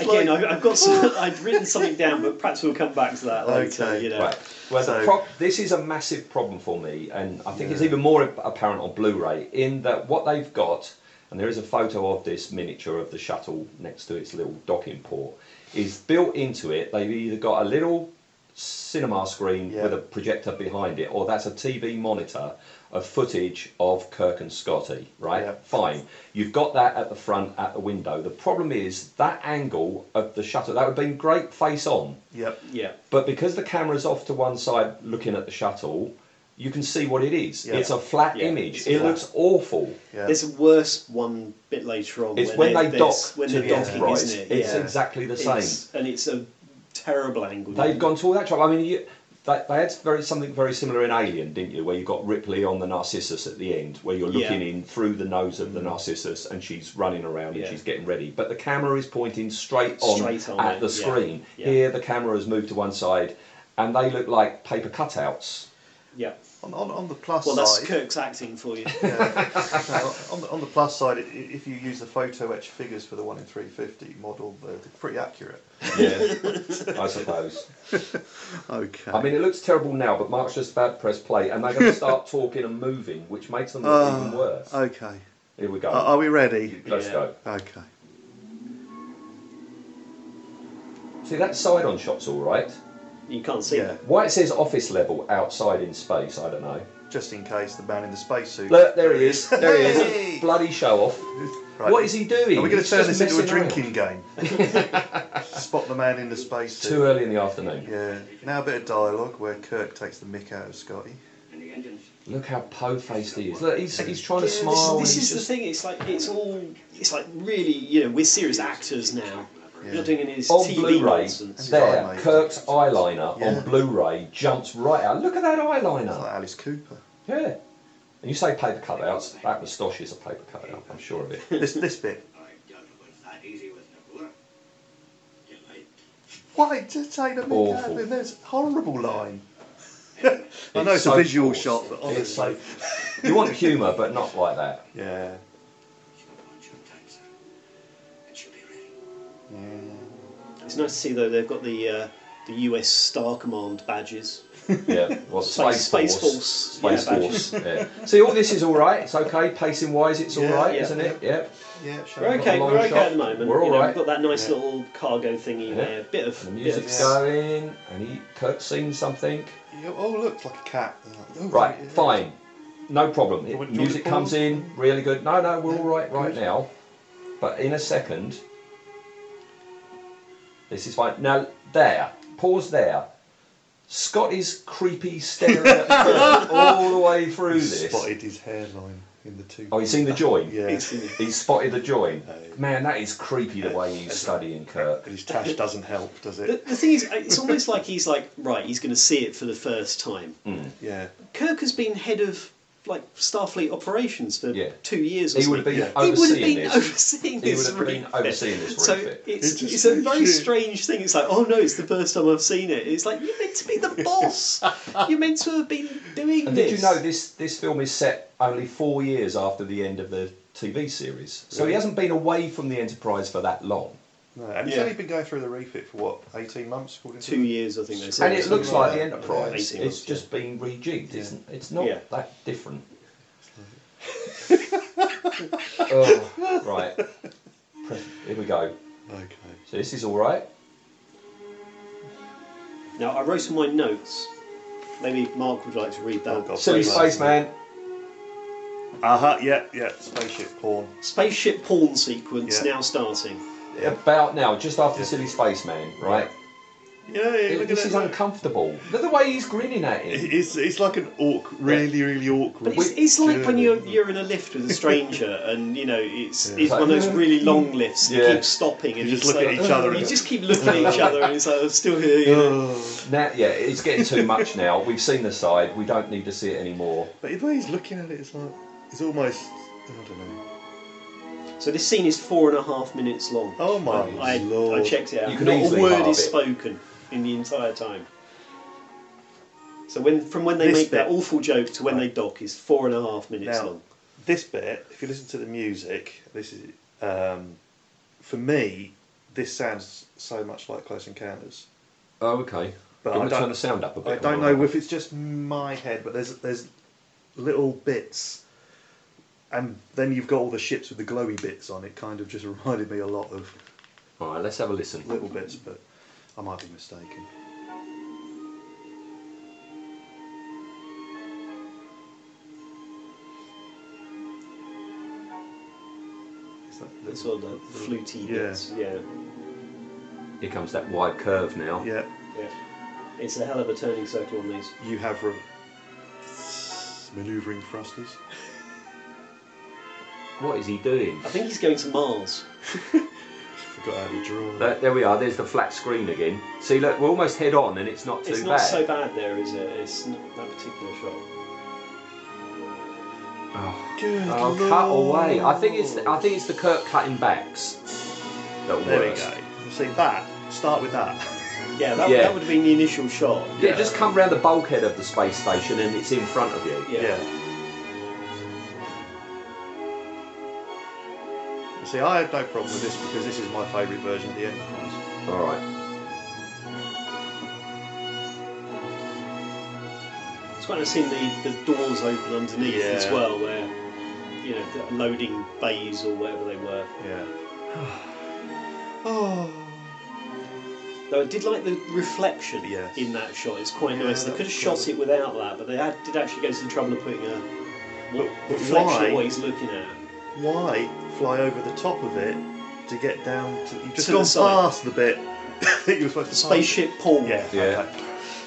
D: again.
C: like-
D: I've, I've got some. I've written something down, but perhaps we'll come back to that later.
C: Okay.
D: You know.
B: Right. Well,
C: So-
B: the prop, this is a massive problem for me, and I think it's even more ap- apparent on Blu-ray in that what they've got, and there is a photo of this miniature of the shuttle next to its little docking port, is built into it. They've either got a little cinema screen
C: Yeah.
B: with a projector behind it, or that's a TV monitor of footage of Kirk and Scotty. Right.
C: Yeah.
B: Fine. You've got that at the front at the window. The problem is that angle of the shuttle. That would have been great face on.
C: Yep.
D: Yeah.
B: But because the camera's off to one side looking at the shuttle, you can see what it is.
C: Yeah.
B: It's a flat
D: Yeah,
B: image.
D: it's
B: It
D: flat.
B: looks awful.
C: Yeah.
D: There's a worse one bit later on.
B: It's when
D: they're-
B: they
D: they're-
B: dock
D: when
B: to
D: they're
B: the
D: docking,
B: Enterprise.
D: isn't it?
B: It's
D: yeah.
B: exactly the same.
D: It's- and it's a terrible angle.
B: They've gone to all that trouble. I mean, you, they, they had very something very similar in Alien, didn't you? Where you got Ripley on the Narcissus at the end, where you're
D: Yeah. Mm-hmm.
B: looking in through the nose of the Narcissus and she's running around and
D: Yeah.
B: she's getting ready. But the camera is pointing straight on,
D: Straight on
B: at
D: it,
B: the
D: yeah.
B: screen.
D: Yeah.
B: Here, the camera has moved to one side, and they look like paper cutouts.
D: Yeah.
C: On, on, on the plus
D: Well, that's
C: side,
D: Kirk's acting for you.
C: Now, on, the, on the plus side, i- if you use the photo etch figures for the 1 in 350 model, they're they're pretty accurate.
B: Yeah, I suppose.
C: Okay.
B: I mean, it looks terrible now, but Mark's just about to press play, and they're going to start talking and moving, which makes them look
C: Ah,
B: even worse.
C: okay.
B: Here we go.
C: Are, are we ready?
B: Let's
D: Yeah.
B: go.
C: Okay.
B: See, that side-on shot's all right.
D: You can't see
C: Yeah.
D: that.
B: Why it says office level outside in space, I don't know.
C: Just in case the man in the spacesuit.
B: Look, there he is. There he
C: Hey!
B: is. Bloody show off.
C: Right.
B: What is he doing?
C: Are we going to
B: He's
C: turn
B: just
C: this into a
B: messing around.
C: drinking game? Spot the man in the spacesuit.
B: Too early in the afternoon.
C: Yeah. Now a bit of dialogue where Kirk takes the mick out of Scotty.
E: And the engines.
B: Look how po-faced he is. Look, he's, he's trying to
D: Yeah,
B: smile.
D: This,
B: and
D: this is
B: he's just-
D: the thing. It's like it's all. It's like really, you know, we're serious actors now. We're
C: Yeah.
D: not doing any of this
B: on
D: TV
B: Blu-ray,
D: nonsense.
B: there,
C: Eyeliner.
B: Kirk's eyeliner
C: Yeah.
B: on Blu-ray jumps right out. Look at that eyeliner.
C: It's like Alice Cooper.
B: Yeah. And you say paper cutouts, that moustache is a paper cutout, I'm sure of it.
C: This this bit.
E: I tell you, it's not easy with the work. You like
C: Why to take the mick out
B: Awful.
C: of him? There's a horrible line. I know it's a
B: so
C: visual
B: forced.
C: shot, but
B: It's so-
C: honestly.
B: you want humour, but not like that.
C: Yeah.
E: you launch on time, sir. It should be ready.
D: It's nice to see though. They've got the uh, the US Star Command badges.
B: Yeah, well,
D: Space-
B: Space,
D: Space
B: Force.
D: Force.
B: Space
D: Yeah,
B: Force. Yeah. See, all this is all right. It's okay. Pacing wise, it's all
C: Yeah,
B: right,
D: yeah,
B: isn't it? Yeah.
C: Yeah, sure.
D: We're okay.
B: long
D: We're okay
B: shot.
D: at the moment.
B: We're
D: you
B: all
D: know,
B: right.
D: We've got that nice
C: Yeah.
D: little cargo thingy
B: Yeah.
D: there. Bit of
B: The
D: bit of-
B: music's
C: Yeah.
B: going, and he Kirk's seen something.
C: Yeah, oh, look, like a cat. Oh,
B: Right,
C: yeah.
B: fine. No problem.
C: you want-
B: It,
C: do you want
B: music
C: to pause?
B: comes in, really good. No, no, we're all right right
C: Good.
B: now. But in a second, this is fine. Now, there. Pause there. Scotty's creepy staring at Kirk all the way through
C: He
B: this.
C: spotted his hairline in the two.
B: Oh, he's seen the join?
C: yeah.
D: it's-
B: He's spotted the join.
C: Hey.
B: Man, that is creepy the way he's studying Kirk.
C: And his tash doesn't help, does
D: The,
C: it?
D: the thing is, it's almost like he's like, right, he's going to see it for the first time.
B: Mm.
C: Yeah.
D: Kirk has been head of like Starfleet operations for
B: Yeah.
D: two years. Or
B: He would have
D: something.
B: been
C: Yeah.
D: He would have
B: overseeing
D: been
B: this.
D: overseeing
B: He
D: this
B: would have been
D: refit.
B: overseeing this
D: So
B: refit.
D: it's,
C: It just
D: it's a
C: makes
D: very
C: you-
D: strange thing. It's like, oh no, it's the first time I've seen it. It's like you're meant to be the boss. you're meant to have been doing
B: And
D: this.
B: did you know this, this film is set only four years after the end of the TV series? So
C: Really?
B: he hasn't been away from the Enterprise for that long.
C: No, and he's
D: Yeah.
C: only been going through the refit for what, 18 months? according to
D: Two
C: them?
D: years, I think they said.
B: And it
D: Something
B: looks
C: like
B: like the
C: that.
B: Enterprise.
D: Yeah.
B: It's just been rejigged,
C: Yeah.
B: isn't It's not
D: Yeah.
B: that different. oh, right. Press- Here we go.
C: Okay.
B: So this is all right.
D: Now I wrote in my notes. Maybe Mark would like to read that.
C: Oh, God.
B: Silly
C: Pretty
B: spaceman.
C: Uh huh, yeah, yeah, spaceship porn.
D: Spaceship porn sequence
C: Yeah.
D: now starting.
B: About now, just after
C: Yeah.
B: Silly Spaceman, right?
C: Yeah, look
B: this
C: at
B: is
C: that.
B: uncomfortable. Look at the way he's grinning at him.
C: It's, it's like an awkward, really, really awkward.
D: But it's, it's like when you're you're in a lift with a stranger, and you know it's
C: Yeah.
D: it's one of those really long lifts. And
B: Yeah.
D: You keep stopping, and
C: You just
D: it's
C: look
D: like,
C: at each other
D: You
C: and-
D: just keep looking at each other, and it's like I'm still here. You know?
C: Oh.
B: Now, yeah, it's getting too much now. We've seen the side. We don't need to see it anymore.
C: But the way he's looking at it, it's like, it's almost, I don't know.
D: So this scene is four and a half minutes long.
C: Oh my
D: I,
C: lord.
D: I checked it out.
B: You can
D: Not a
B: easily
D: word
B: halve
D: is
B: it.
D: spoken in the entire time. So when from when they
C: This
D: make that
C: bit.
D: awful joke to when they dock is four and a half minutes
C: Now-
D: long.
C: This bit, if you listen to the music, this is um, for me, this sounds so much like Close Encounters.
B: Oh, okay.
C: But
B: Do you
C: I
B: want to
C: don't-
B: turn the sound up a bit?
C: I
B: or
C: don't
B: not?
C: know if it's just my head, but there's there's little bits, and then you've got all the ships with the glowy bits on. It kind of just reminded me a lot of
B: All right, let's have a listen.
C: little bits, but I might be mistaken. Is that
D: It's sort of the fluty bits. Yeah.
B: Here comes that wide curve now.
C: Yeah,
D: yeah. It's a hell of a turning circle on these.
C: you have room. Maneuvering thrusters.
B: What is he doing?
D: I think he's going to Mars.
C: Forgot how to draw.
B: There, there we are. There's the flat screen again. See, look, we're almost head on, and it's not too
D: it's
B: bad.
D: not so bad there, is it? It's not that particular shot.
B: Oh,
C: Good
B: Oh, cut away. I think it's I think it's the Kirk cutting backs. That
C: There we
B: works.
C: go. See that? Start with that.
D: Yeah, that,
B: Yeah.
D: that would have been the initial shot.
B: Yeah, just come round the bulkhead of the space station, and it's in front of you.
D: Yeah.
C: See, I have no problem with this because this is my favourite version of the Enterprise.
B: All right.
D: It's when I've seen the, the doors open underneath
C: Yeah.
D: as well, where you know the loading bays or whatever they were.
C: Yeah. oh.
D: Though I did like the reflection
C: Yes.
D: in that shot. It's quite
C: Yeah,
D: nice. They
C: that
D: could have
C: was
D: shot
C: cool.
D: it without that, but they had, did actually go to the trouble of putting a
C: But, but
D: reflection of what
C: why?
D: he's looking at.
C: Why fly over the top of it to get down to? You've just
D: To the
C: gone
D: side.
C: past the bit that you were supposed to.
D: Spaceship Paul.
C: Pass. Yeah.
B: Yeah.
C: okay.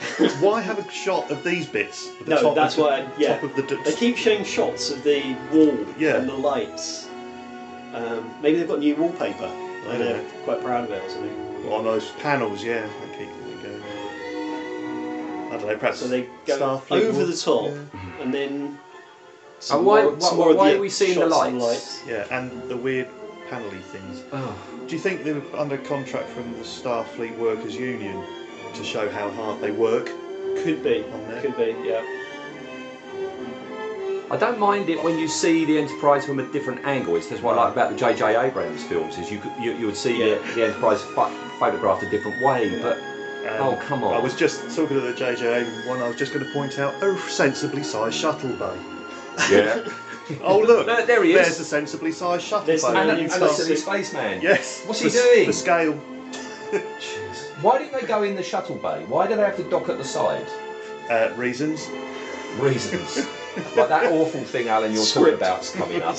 C: why have a shot of these bits? At the
D: No,
C: top
D: that's
C: of the,
D: why I- yeah.
C: Top of the. d-
D: They keep showing shots of the wall
C: Yeah.
D: and the lights. Um, maybe they've got new wallpaper. I
C: Yeah.
D: know, quite proud of it or something.
C: on those panels, yeah. They keep they go. I don't know. Perhaps
D: So they go
C: Starfleet
D: over
C: would-
D: the top
C: yeah.
D: and then.
B: And why-
D: more-
B: why-
D: more of
B: why are we seeing the
D: shots and
B: lights?
C: Yeah, and the weird panelly things.
B: Oh,
C: Do you think they were under contract from the Starfleet Workers Union to show how hard they work?
D: Could be.
C: On there.
D: Could be, yeah.
B: I don't mind it when you see the Enterprise from a different angle. It's that's what I like about the J.J. Abrams films is you could, you, you would see
D: Yeah.
B: the, the Enterprise pho- photographed a different way. But
C: And
B: oh come on,
C: Um, I was just talking to the JJ Abrams one. I was just going to point out, oh, sensibly sized shuttle bay.
B: yeah.
C: Oh look,
B: No, there he
C: there's
B: is.
C: the sensibly sized shuttle
D: There's the
C: bay.
B: and
D: man
B: a,
D: in
B: and a
D: Star
B: silly
D: City.
B: spaceman.
C: yes,
B: What's
C: the,
B: he doing?
C: The scale.
B: Why didn't they go in the shuttle bay? Why do they have to dock at the side?
C: Uh, reasons.
B: Reasons. like that awful thing, Alan, you're
D: Script.
B: talking about's coming up.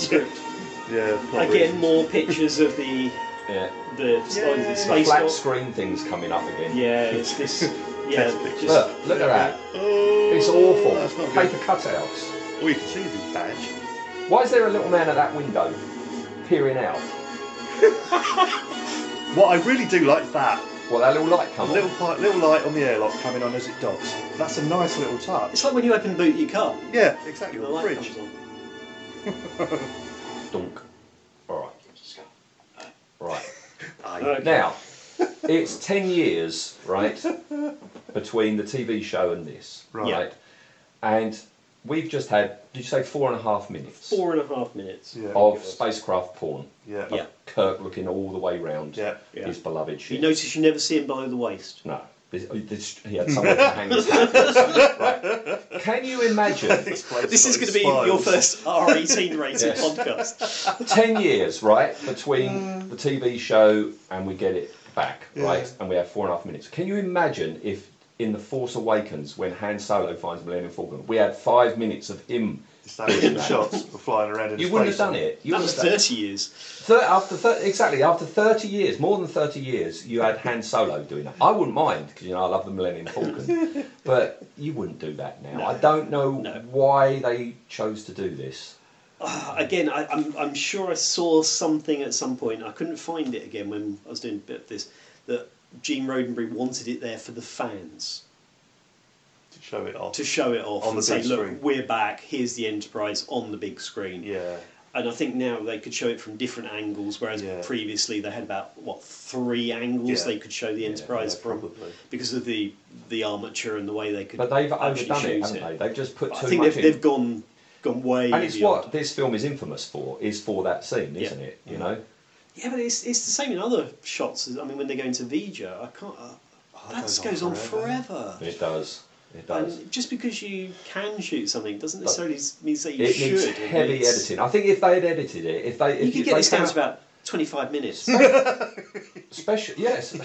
C: Yeah. plot
D: Again,
C: reasons.
D: more pictures of the
B: Yeah.
D: the, side of the
B: The
D: space
B: flat
D: dock.
B: screen thing's coming up again.
D: Yeah, it's this. Yeah,
C: Test picture.
D: just,
B: Look, look at that.
C: Oh,
B: It's awful.
C: That's not
B: Paper
C: good.
B: cutouts.
C: Oh, you can see his badge.
B: Why is there a little man at that window peering out?
C: What I really do like is that
B: Well, that little light
C: A
B: comes
C: little, pi- little light on the airlock coming on as it docks. That's a nice little touch.
D: it's like when you open the boot of your car.
C: Yeah, exactly.
D: The
C: on The
D: light
C: fridge.
D: comes on.
B: on. Donk. All right. Right.
D: Okay.
B: Now, it's 10 years, right, between the TV show and this,
C: Right.
B: right?
C: Yeah.
B: And we've just had, did you say four and a half minutes
D: Four and a half minutes.
C: Yeah.
B: of spacecraft porn?
C: Yeah.
D: Yeah.
B: Kirk looking all the way round
C: Yeah.
D: Yeah.
B: his beloved
D: You
B: ship.
D: notice you never see him below the waist.
B: No. This, this, he had somewhere to hang his hat. Right. Can you imagine
D: This is going to be your first R18 rated
B: Yes.
D: podcast.
B: 10 years, right, between the TV show and we get it back, right, and we have four and a half minutes? Can you imagine if in The Force Awakens, when Han Solo finds Millennium Falcon, we had five minutes of him?
C: Establishing shots of flying around in
B: You
C: space.
B: wouldn't have done it. You
D: That
B: wouldn't
D: was
B: have done it.
D: 30 years.
B: Thir- after thir- exactly after 30 years more than 30 years you had Han Solo doing that I wouldn't mind because you know I love the Millennium Falcon but you wouldn't do that now I don't know
D: No.
B: why they chose to do this
D: Uh, Again, I, I'm, I'm sure I saw something at some point. I couldn't find it again when I was doing a bit of this. That Gene Roddenberry wanted it there for the fans
C: To show it off.
D: to show it off
C: On
D: and
C: the
D: say,
C: big
D: look,
C: screen."
D: we're back. Here's the Enterprise on the big screen.
C: yeah.
D: And I think now they could show it from different angles, whereas
C: Yeah.
D: previously they had about what three angles
C: Yeah.
D: they could show the Enterprise
C: yeah,
D: from
C: probably.
D: because of the the armature and the way they could.
B: but they've
D: actually
B: overdone it
D: shoot
B: haven't they they've just put
D: I
B: too
D: think
B: much
D: they've,
B: in
D: they've gone gone way.
B: and it's
D: beyond.
B: what this film is infamous for is for that scene isn't
D: Yeah.
B: it you know
D: Yeah, but it's, it's the same in other shots. as- I mean, when they go into Vija, I can't. Uh,
C: Oh,
D: that
C: that
D: goes, on forever.
B: It does. It does.
D: And just because you can shoot something doesn't necessarily mean that you
B: it
D: should.
B: needs
D: It
B: heavy
D: needs-
B: editing. I think if they had edited it, if they, if
D: You could
B: they
D: get this down
B: came
D: to
B: out-
D: about 25 minutes.
B: special, yes,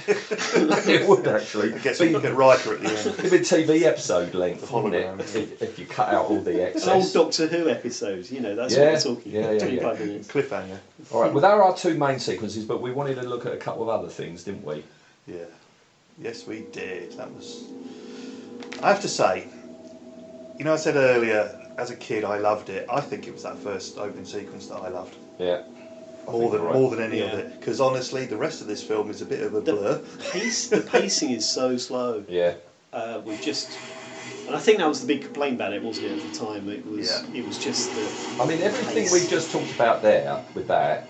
B: it would actually.
C: Gets
B: But
C: a bit riper at the end.
B: It'd be TV episode length,
C: The
B: wouldn't
C: hologram,
B: it?
C: yeah.
B: If, if you cut out all the
D: An old
B: excess.
D: Doctor Who episode, you know, that's
B: Yeah,
D: what we're talking
B: yeah,
D: about.
B: yeah,
D: 25 minutes.
C: Cliffhanger.
B: all right, well, there are our two main sequences, but we wanted to look at a couple of other things, didn't we?
C: Yeah. Yes, we did. That was. I have to say, you know, I said earlier, as a kid, I loved it. I think it was that first opening sequence that I loved
B: Yeah.
C: more
B: think
C: than
B: you're right.
C: more than any of
D: Yeah.
C: it. Because honestly, the rest of this film is a bit of a blur.
D: Pace, the pacing is so slow.
B: Yeah.
D: Uh, we just. And I think that was the big complaint about it, wasn't it, at the time? It was,
C: Yeah.
D: it was just the.
B: I mean, everything
D: Nice.
B: we just talked about there with that,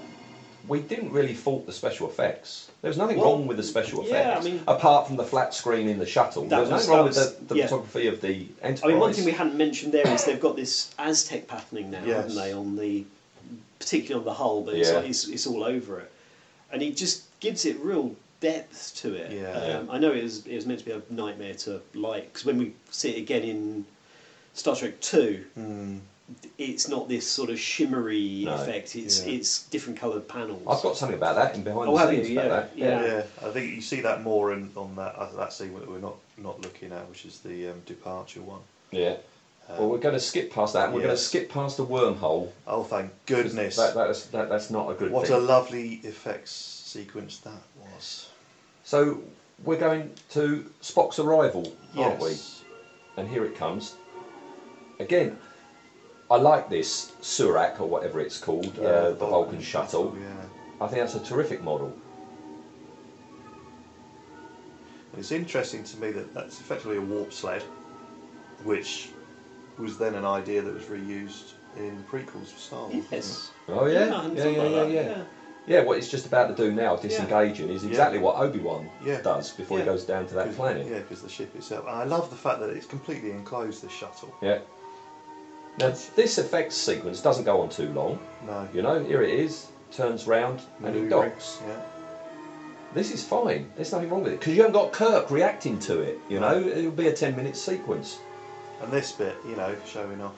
B: we didn't really fault the special effects. There was nothing
D: Well,
B: wrong with the special
D: yeah, I
B: effects,
D: mean-
B: apart from the flat screen in the shuttle.
D: That
B: there was
D: was-
B: nothing wrong
D: that was-
B: with the, the
D: yeah.
B: photography of the Enterprise.
D: I mean, one thing we hadn't mentioned there is they've got this Aztec patterning now,
C: Yes.
D: haven't they, on the. particularly on the hull, but it's,
B: Yeah.
D: like, it's, it's all over it. And it just gives it real depth to it.
C: Yeah.
D: Um, I know it was, it was meant to be a nightmare to light, because when we see it again in Star Trek 2, it's not this sort of shimmery
B: Hmm. No.
D: effect. It's
C: Yeah.
D: it's different coloured panels.
B: I've got something about that in behind
D: Oh,
B: the
D: have
B: scenes
D: you?
B: about
D: Yeah,
B: that.
D: yeah.
C: Yeah, I think you see that more in on that uh, that scene that we're not not looking at, which is the um, departure one.
B: Yeah.
D: Uh,
B: well, we're going to skip past that. and We're going to
C: yes.
B: skip past the wormhole.
C: Oh, thank goodness!
B: That, that's, that, that's not a good
C: what
B: thing.
C: a lovely effects sequence that was.
B: So we're going to Spock's arrival, aren't
C: Yes.
B: we? And here it comes. Again, I like this Surak or whatever it's called,
C: Yeah,
B: uh, the Vulcan shuttle.
C: Yeah.
B: I think that's a terrific model.
C: And It's interesting to me that that's effectively a warp sled, which was then an idea that was reused in the prequels for Star Wars.
D: Yes.
B: Oh
D: Yeah, I
B: yeah,
D: hadn't
B: yeah,
D: thought
B: yeah, yeah,
D: about
B: yeah,
D: that, yeah.
B: Yeah, what it's just about to do now, disengaging, is exactly what Obi Wan
C: Yeah.
B: does before he
C: Yeah.
B: goes down to that planet.
C: Yeah, because the ship itself. And I love the fact that it's completely enclosed, this shuttle.
B: Yeah. Now this effects sequence doesn't go on too long.
C: No.
B: You know, here it is, turns round and it
C: Maneuvering,
B: docks.
C: Yeah.
B: This is fine. There's nothing wrong with it because you haven't got Kirk reacting to it. You know, it'll be a ten-minute sequence
C: And this bit, you know, showing off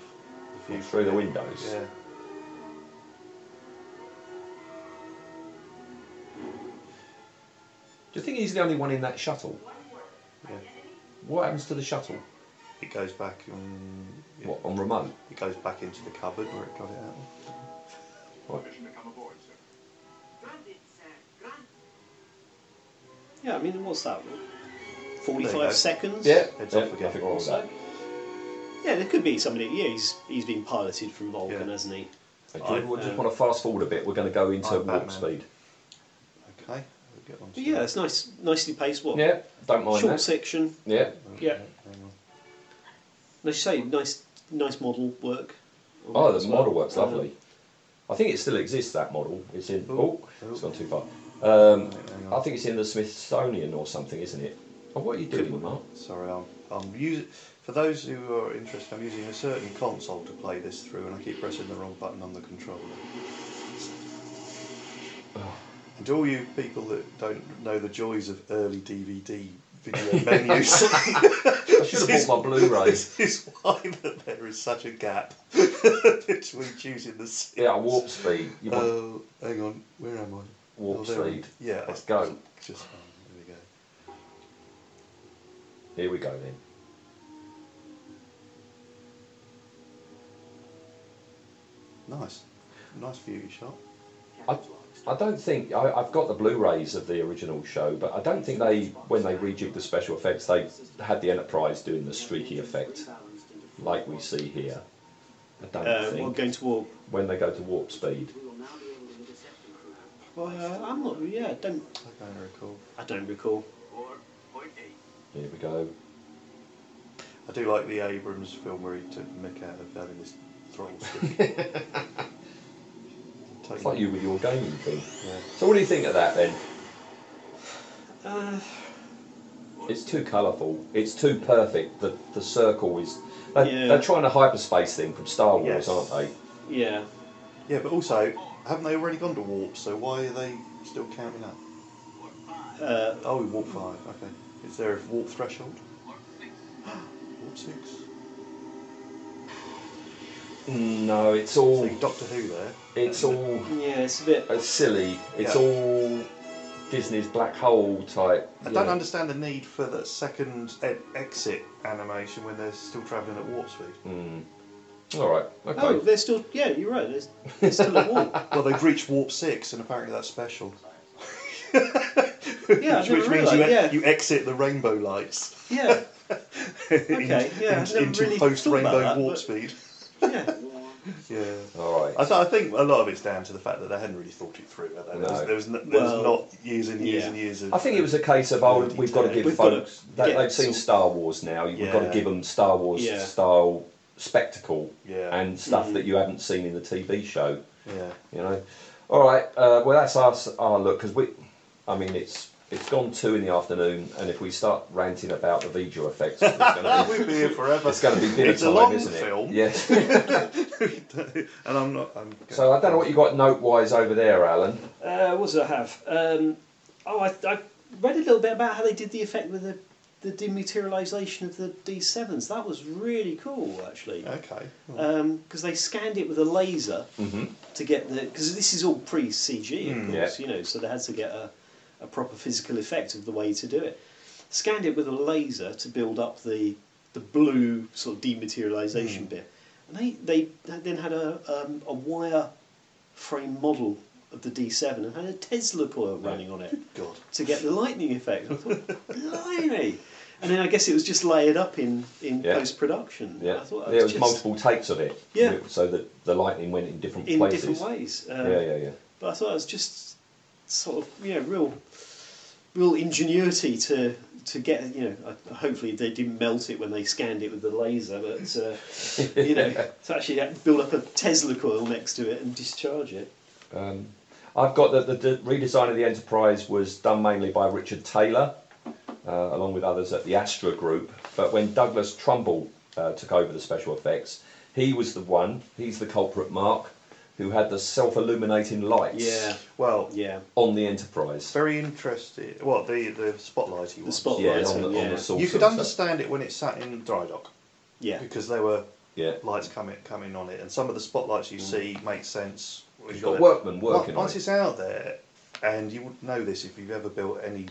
C: the view
B: through the
C: from-
B: windows.
C: Yeah.
B: Do you think he's the only one in that shuttle?
C: Yeah.
B: What happens to the shuttle?
C: It goes back um, yeah,
B: What on remote?
C: It goes back into the cupboard where it got it out.
E: Permission to come aboard, sir.
D: Yeah, I mean, what's that?
C: There you go.
D: Forty-five seconds.
C: It's
B: yeah,
C: off again.
B: nothing wrong with that.
D: So, yeah, there could be somebody. Yeah, he's he's been piloted from Vulcan,
C: Yeah.
D: hasn't he?
B: Do you
C: I-
B: just
D: um,
B: want to fast forward a bit? We're going to go into
C: I'm
B: warp
C: Batman.
B: speed.
C: Okay. We'll get on to
D: But yeah,
C: that.
D: it's nice, nicely paced. What?
B: Yeah, don't mind
D: Short
B: that.
D: section.
B: Yeah,
D: Yeah.
C: Hang on.
D: As you say, nice, nice model work.
B: Oh, the
D: As well.
B: model works
D: Um,
B: lovely. I think it still exists. That model. It's in. Oh,
C: Ooh.
B: it's
C: Ooh.
B: gone too far. Um,
C: Hang on.
B: I think it's in the Smithsonian or something, isn't it? Oh, what are you doing, Mark?
C: Sorry, I'm, I'm using. For those who are interested, I'm using a certain console to play this through, and I keep pressing the wrong button on the controller. And to all you people that don't know the joys of early DVD video menus,
B: I should have bought my Blu-ray.
C: this is why that there is such a gap between choosing the. se-
B: Yeah, warp speed. You want
C: Oh, hang on, where am I?
B: warp
C: Oh, there I am.
B: speed.
C: Yeah,
B: let's
C: I-
B: go.
C: Just oh, there we go.
B: Here we go then.
C: Nice, nice view you shot.
B: I, I don't think I, I've got the Blu-rays of the original show, but I don't think they, when they rejigged the special effects, they had the Enterprise doing the streaky effect like we see here. I don't
D: Uh,
B: think
D: well, going to warp.
B: when they go to warp speed.
D: Well, uh, I'm not. Yeah, don't.
C: I can't recall.
D: I don't recall.
B: Here we go.
C: I do like the Abrams film where he took the mick out of having this throttle stick.
B: It's like you with your gaming thing.
C: Yeah.
B: So what do you think of that then?
D: Uh,
B: It's too colourful. It's too perfect. The the circle is. They,
D: Yeah.
B: They're trying a hyperspace thing from Star Wars,
C: Yes.
B: aren't they?
D: Yeah.
C: Yeah, but also haven't they already gone to warp? So why are they still counting up?
D: Uh,
C: Oh, warp five. Okay. Is there a warp threshold? Warp six.
D: Mm.
B: No, it's
C: So
B: all
C: you Doctor Who there.
B: it's all
D: yeah, it's a bit.
B: uh, silly. It's
C: Yeah.
B: all Disney's black hole type.
C: I
B: you
C: don't
B: know.
C: understand the need for that second e- exit animation when they're still travelling at warp speed.
B: All right. Okay.
D: Oh, they're still. Yeah, you're right. They're, they're still at warp.
C: Well, they've reached warp six, and apparently that's special.
D: Yeah, I've
C: which
D: never
C: means you,
D: realised,
C: e-
D: yeah.
C: you exit the rainbow lights
D: Yeah,
C: okay,
D: yeah, I've never
C: into
D: really thought about
C: post-rainbow
D: that,
C: warp
D: but-
C: speed.
D: yeah.
C: Yeah.
B: All right.
C: I, th- I think a lot of it's down to the fact that they hadn't really thought it through. Had they? There was,
B: No.
C: there was, no, there was
D: Well,
C: not years and years
D: yeah.
C: and years of.
B: I think it was a case of oh, we've got to give
D: We've got to
B: folks that
D: get
B: they've seen
D: some-
B: Star Wars now. We've got to
C: Yeah.
B: give them Star Wars
D: Yeah.
B: style spectacle
C: Yeah.
B: and
C: Mm-hmm.
B: stuff that you haven't seen in the TV show.
C: Yeah.
B: You know. All right. Uh, well, that's our s- our look because we. I mean, it's it's gone two in the afternoon, and if we start ranting about the Vija effects, it's going to
C: We'll be here forever.
B: be, it's going to be dinner
C: It's a
B: time,
C: long
B: isn't it?
C: film.
B: Yes.
C: and I'm not. I'm
B: so I don't know what you got note wise over there, Alan.
D: Uh, what did I have? Um, oh, I, I read a little bit about how they did the effect with the, the dematerialization of the D7s. That was really cool, actually.
C: Okay.
B: Mm-hmm.
D: Because Um, they scanned it with a laser to get the. Because this is all pre CG, of course,
B: Mm, yeah.
D: you know, so they had to get a, a proper physical effect of the way to do it. Scanned it with a laser to build up the, the blue sort of dematerialization
B: Mm.
D: bit. And they, they then had a, um, a wire frame model of the D7 and had a Tesla coil running on it
C: God.
D: to get the lightning effect. I thought, blimey! And then I guess it was just layered up in, in
B: Yeah.
D: post production.
B: Yeah,
D: I thought that
B: there was
D: just
B: multiple takes of it.
D: Yeah.
B: So that the lightning went in different
D: in
B: places.
D: different ways. Um,
B: Yeah, yeah, yeah.
D: But I thought it was just sort of you know real, real ingenuity to to get you know. I- Hopefully they didn't melt it when they scanned it with the laser, but uh, you know to actually build up a Tesla coil next to it and discharge it.
B: Um, I've got that the, the redesign of the Enterprise was done mainly by Richard Taylor, uh, along with others at the Astra Group. But when Douglas Trumbull uh, took over the special effects, he was the one, he's the culprit Mark, who had the self illuminating lights
D: Yeah,
C: Well,
D: yeah.
B: on the Enterprise.
C: very interesting. Well, the the spotlighty one.
D: The spotlight.
B: yeah, on the, on
D: yeah.
B: the saucer
C: You could
B: and stuff.
C: understand it when it sat in dry dock
D: yeah.
C: because there were
B: Yeah.
C: lights coming coming on it, and some of the spotlights you see make sense. when
B: Mm. You've
C: you're
B: got
C: there.
B: workmen working on
C: Once
B: it.
C: it's out there, and you would know this if you've ever built any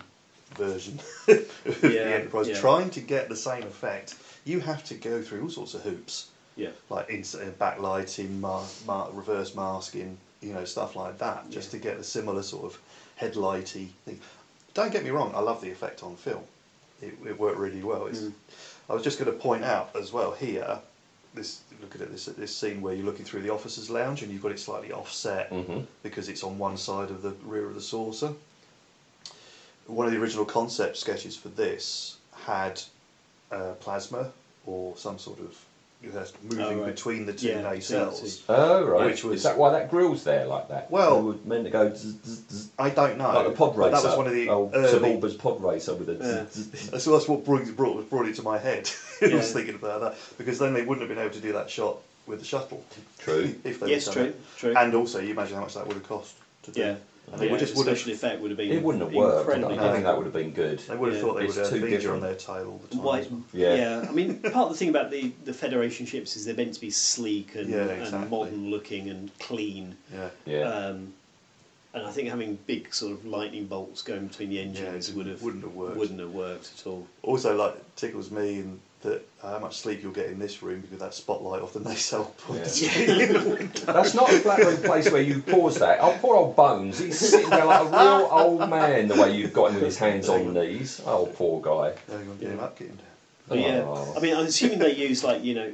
C: version of the
D: Yeah,
C: Enterprise,
D: yeah.
C: trying to get the same effect, you have to go through all sorts of hoops,
D: Yeah.
C: like ins- uh, backlighting, ma- ma- reverse masking, you know, stuff like that, just to get a similar sort of headlighty thing. Don't get me wrong, I love the effect on film. It, it worked really well. It's, I was just going to point out as well here. This looking at this at this scene where you're looking through the officers' lounge and you've got it slightly offset because it's on one side of the rear of the saucer. One of the original concept sketches for this had uh, plasma or some sort of you know, moving
D: Oh, right.
C: between the two
D: Yeah,
C: A
D: between the
C: cells.
B: Oh, right.
C: Which was-
B: Is that why that grill's there like that?
C: Well-
B: It would meant to go zzz, zzz, zzz,
C: I don't know.
B: like the pod
C: but
B: racer. Oh,
C: That was one of the
B: old
C: early
B: Suburban's pod racer with a
D: Yeah.
B: zzz, zzz, zzz.
C: So that's what brought, brought, brought it to my head. I
D: Yeah.
C: was thinking about that because then they wouldn't have been able to do that shot with the shuttle.
B: True.
C: if they
D: Yes,
C: had
D: true,
C: done it.
D: true.
C: And also, you imagine how much that would have cost to do.
D: Yeah.
C: And they would just
D: the
C: would
D: special
C: have.
D: effect would have been
B: It wouldn't have worked. I don't
D: incredibly
B: think
D: difficult.
B: that would have been good.
C: They would have
D: Yeah,
C: thought they
B: it's
C: would have
B: too
C: Avenger on
B: different.
C: their tail all the time.
D: Why,
B: Yeah.
D: yeah. I mean, part of the thing about the, the Federation ships is they're meant to be sleek and,
C: Yeah, exactly.
D: and modern looking and clean.
C: Yeah.
B: Yeah.
D: Um, and I think having big sort of lightning bolts going between the engines
C: it
D: would have
C: wouldn't have worked.
D: wouldn't have worked at all.
C: Also, like tickles me in that uh, how much sleep you'll get in this room because that spotlight off the nacelle points.
B: That's not a flattering place where you pause that. Oh, poor old Bones. He's sitting there like a real old man the way you've got him with his hands on knees. Oh, poor guy.
C: They're going to get him up, get him down.
D: But
B: Oh.
D: yeah, I mean, I'm assuming they use like you know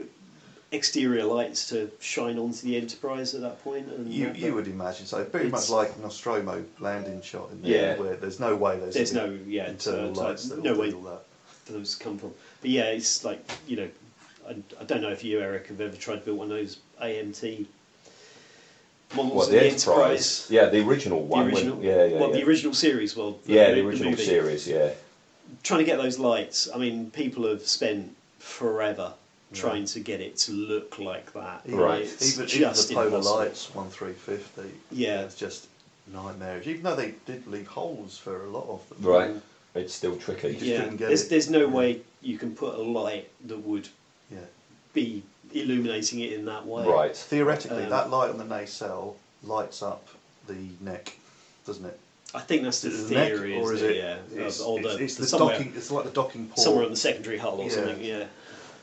D: exterior lights to shine onto the Enterprise at that point. And
C: You,
D: that-
C: you would imagine so. Pretty
D: It's-
C: much like Nostromo landing shot in the
B: Yeah.
C: air where there's no way those
D: There's
C: are
D: no- yeah,
C: internal
D: it's, uh,
C: lights
D: like,
C: that
D: no
C: will
D: way.
C: do all that.
D: for those to come from. But yeah, it's like you know, I, I don't know if you Eric have ever tried to build one of those AMT models
B: What,
D: of
B: the
D: the
B: Enterprise?
D: Enterprise.
B: Yeah, the original one.
D: the
B: when-
D: original,
B: yeah, yeah,
D: well,
B: yeah.
D: the original series. Well, the-
B: yeah,
D: the
B: the original
D: movie.
B: series, yeah.
D: Trying to get those lights. I mean, people have spent forever trying to get it to look like that.
C: Even,
B: Right.
D: It's
C: Even, even the
D: just
C: polar
D: impossible.
C: lights, one three fifty.
D: Yeah.
C: It's just nightmarish. Even though they did leave holes for a lot of them.
B: Right. It's still tricky.
C: just
D: Yeah,
C: couldn't get
D: there's,
C: it.
D: there's no
C: Yeah.
D: way you can put a light that would
C: Yeah.
D: be illuminating it in that way.
B: Right.
C: Theoretically,
D: Um,
C: that light on the nacelle lights up the neck, doesn't it?
D: I think that's the
C: Is it the neck,
D: theory,
C: or
D: is
C: is
D: it?
C: it?
D: Yeah,
C: It's,
D: Of- or
C: it's, it's the
D: somewhere,
C: docking. It's like the docking port.
D: somewhere on the secondary hull or
C: Yeah.
D: something. Yeah,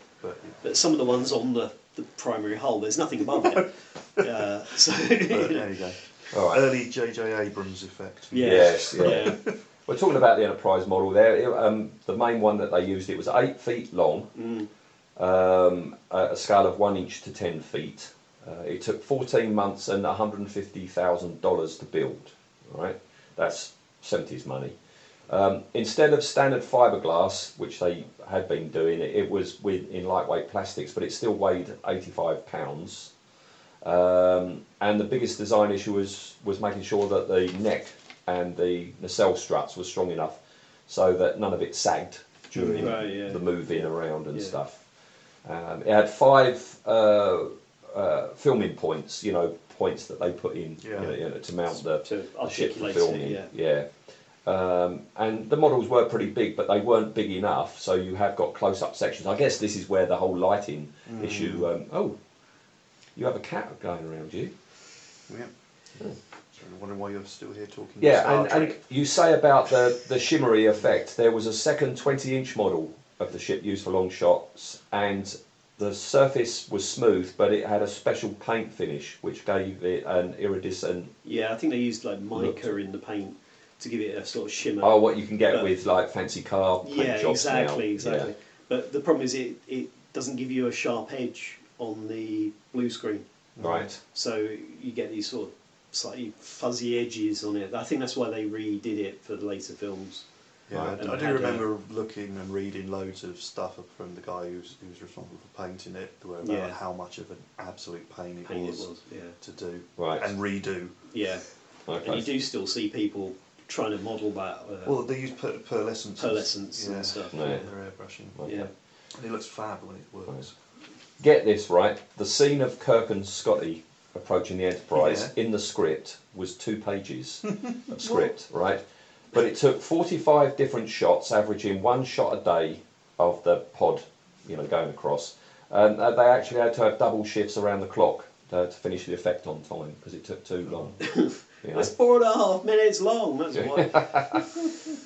C: but,
D: but some of the ones on the, the primary hull, there's nothing above it. Uh, so
C: but there you go.
B: All right.
C: Early J.J. Abrams effect.
D: Yeah.
B: Yes, yeah.
D: Yeah.
B: We're talking about the enterprise model there. It, um, the main one that they used, it was eight feet long, um, at a scale of one inch to ten feet. Uh, it took 14 months and $150,000 to build. all Right, that's 70s money. Um, instead of standard fiberglass, which they had been doing, it, it was with in lightweight plastics, but it still weighed 85 pounds. Um, and the biggest design issue was, was making sure that the neck and the nacelle struts were strong enough so that none of it sagged during
D: Right, yeah.
B: the moving around and
D: Yeah.
B: stuff. Um, it had five uh, uh, filming points, you know, points that they put in you
C: Yeah.
B: know, you know, to mount the,
D: To
B: the ship for
D: articulate
B: filming.
D: it,
B: yeah. Um, and the models were pretty big, but they weren't big enough, so you have got close up sections. I guess this is where the whole lighting
D: Mm.
B: issue. Um, oh, you have a cat going around you.
C: Yeah. So I'm wondering why you're still here talking.
B: Hmm. Yeah,
C: Star
B: and, and
C: Trek.
B: you say about the, the shimmery effect. There was a second 20 inch model of the ship used for long shots, and the surface was smooth, but it had a special paint finish which gave it an iridescent.
D: yeah, I think they used like mica in the paint to give it a sort of shimmer.
B: Oh, what you can get with like fancy car paint
D: yeah,
B: jobs now.
D: exactly,
B: Yeah.
D: exactly. But the problem is, it, it doesn't give you a sharp edge on the blue screen.
B: Right.
D: So you get these sort of slightly fuzzy edges on it. I think that's why they redid it for the later films.
C: Yeah,
D: Right,
C: I-
D: and
C: I,
D: it
C: do
D: had a-
C: remember looking and reading loads of stuff from the guy who's who was responsible for painting it, where about
D: Yeah.
C: how much of an absolute pain it,
D: Pain it
C: was,
D: was, yeah.
C: to do
B: Right.
C: and redo.
D: Yeah,
B: Okay.
D: and you do still see people trying to model that. Uh,
C: Well, they use per- pearlescence,
D: Pearlescence and
C: yeah,
D: stuff,
B: Yeah. yeah.
C: in their airbrushing.
B: Okay.
D: yeah,
C: And it looks fab when it works.
B: Get this right. The scene of Kirk and Scotty approaching the Enterprise in the script was two pages of script, right? But it took 45 different shots, averaging one shot a day of the pod, you know, going across. And uh, they actually had to have double shifts around the clock uh, to finish the effect on time because it took too long. you know?
D: it's four and a half minutes long. That's why.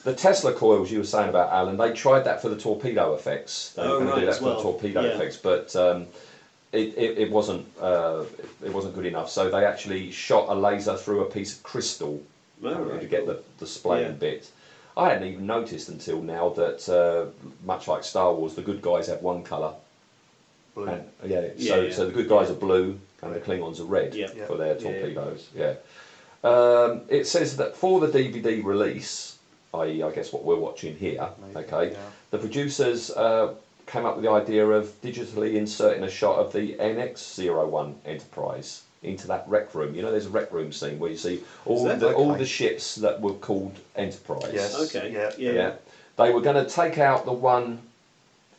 B: The Tesla coils you were saying about Alan, they tried that for the torpedo effects. They
D: Oh,
B: were going
D: right,
B: to do that
D: as
B: for
D: well.
B: the torpedo
D: Yeah.
B: effects, but um, it, it, it wasn't uh, it wasn't good enough. So they actually shot a laser through a piece of crystal
D: Oh,
B: uh,
D: right,
B: to get the, the splaying
D: Yeah.
B: bit. I hadn't even noticed until now that uh, much like Star Wars, the good guys have one colour.
C: Blue.
B: And, yeah,
D: Yeah,
B: so,
D: yeah.
B: so the good guys are blue and the Klingons are red
D: Yeah.
B: for their
D: Yeah.
B: torpedoes. Yeah. Um, it says that for the DVD release, i.e., I guess what we're watching here,
C: Maybe,
B: okay,
C: yeah.
B: the producers uh, came up with the idea of digitally inserting a shot of the NX01 Enterprise into that rec room. You know, there's a rec room scene where you see all
C: that
B: the all
C: okay?
B: the ships that were called Enterprise.
C: Yes.
D: Okay.
C: Yeah.
D: Yeah.
B: Yeah. They were going to take out the one,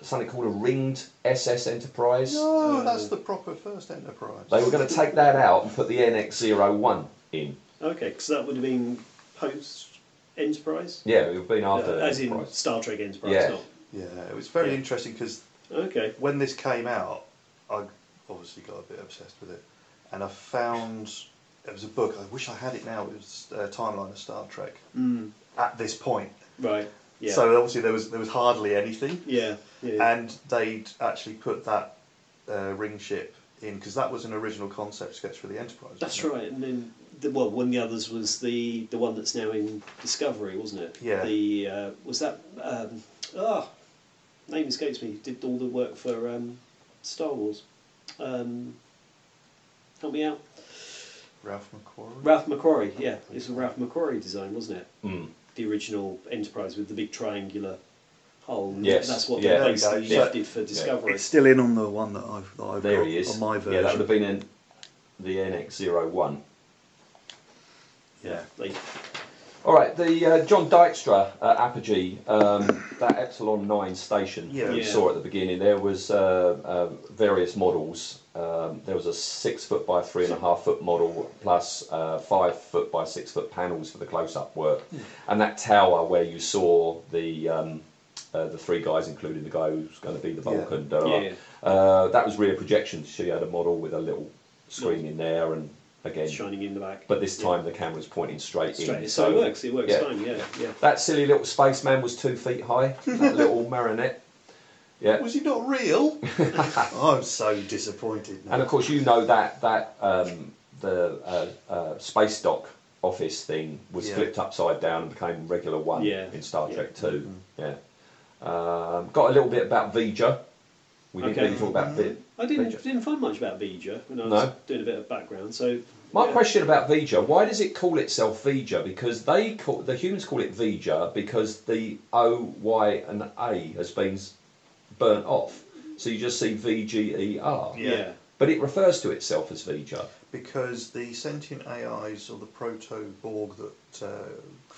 B: something called a ringed SS Enterprise.
C: No, that's the proper first Enterprise.
B: They were going to take that out and put the NX01 in.
D: Okay, because that would have been post Enterprise.
B: Yeah, it would have been
C: Uh,
B: after
D: as in
B: Enterprise.
D: Star Trek Enterprise.
B: Yeah.
D: Not.
C: Yeah, it was very
D: Yeah.
C: interesting because
D: Okay.
C: when this came out, I obviously got a bit obsessed with it, and I found it was a book. I wish I had it now. It was a timeline of Star Trek
D: Mm,
C: at this point.
D: right. Yeah.
C: So obviously there was there was hardly anything,
D: yeah. Yeah.
C: and they'd actually put that uh, ring ship in because that was an original concept sketch for the Enterprise.
D: That's
C: wasn't it?
D: right. And then, the, well, one of the others was the the one that's now in Discovery, wasn't it?
C: Yeah.
D: The uh, was that um, ah, name escapes me. Did all the work for um, Star Wars. Um, help me out.
C: Ralph McQuarrie.
D: Ralph McQuarrie. Yeah, it's a Ralph McQuarrie design, wasn't it?
C: Hmm.
B: Mm.
D: The original Enterprise with the big triangular hull. and
B: Yes,
D: That's what
B: yeah.
D: they basically
C: There you go.
D: lifted for Discovery.
C: It's still in on the one that I've, that I've
B: There
C: got
B: he is.
C: on my version.
B: Yeah, that would have been in the NX01.
D: yeah. They
B: All right, the uh, John Dykstra uh, Apogee, um, that Epsilon 9 station
C: Yeah.
B: you
D: Yeah.
B: saw at the beginning, there was uh, uh, various models. Um, there was a six foot by three and a half foot model, plus uh, five foot by six foot panels for the close up work,
D: Hmm.
B: and that tower where you saw the um, uh, the three guys, including the guy who's going to be the
C: Yeah.
B: Vulcan. da- da- da.
D: Yeah.
B: Uh, that was rear projection. She had a model with a little screen in there, and again,
D: shining in the back.
B: but this time the camera's pointing straight,
D: straight.
B: in.
D: So it works. It works
B: yeah.
D: fine. Yeah, yeah.
B: That silly little spaceman was two feet high. That little marionette. Yeah.
C: Was he not real? I'm so disappointed now.
B: And of course, you know that that um, the uh, uh, space dock office thing was
C: Yeah.
B: flipped upside down and became regular one
D: Yeah.
B: in Star
D: Yeah. Mm-hmm.
B: Trek Two. Yeah. Um, got a little bit about Vija. We didn't
D: Okay. Mm-hmm.
B: really talk about Vi-
D: I didn't
B: Vija.
D: didn't find much about Bija when I was
B: No.
D: doing a bit of background. So
B: My
D: yeah.
B: question about Vija: Why does it call itself Vija? Because they call the humans call it Vija because the O, Y, and A has been s- burnt off, so you just see V G E R.
D: Yeah.
C: Yeah.
B: But it refers to itself as Vija.
H: because the sentient AIs or the proto Borg that uh,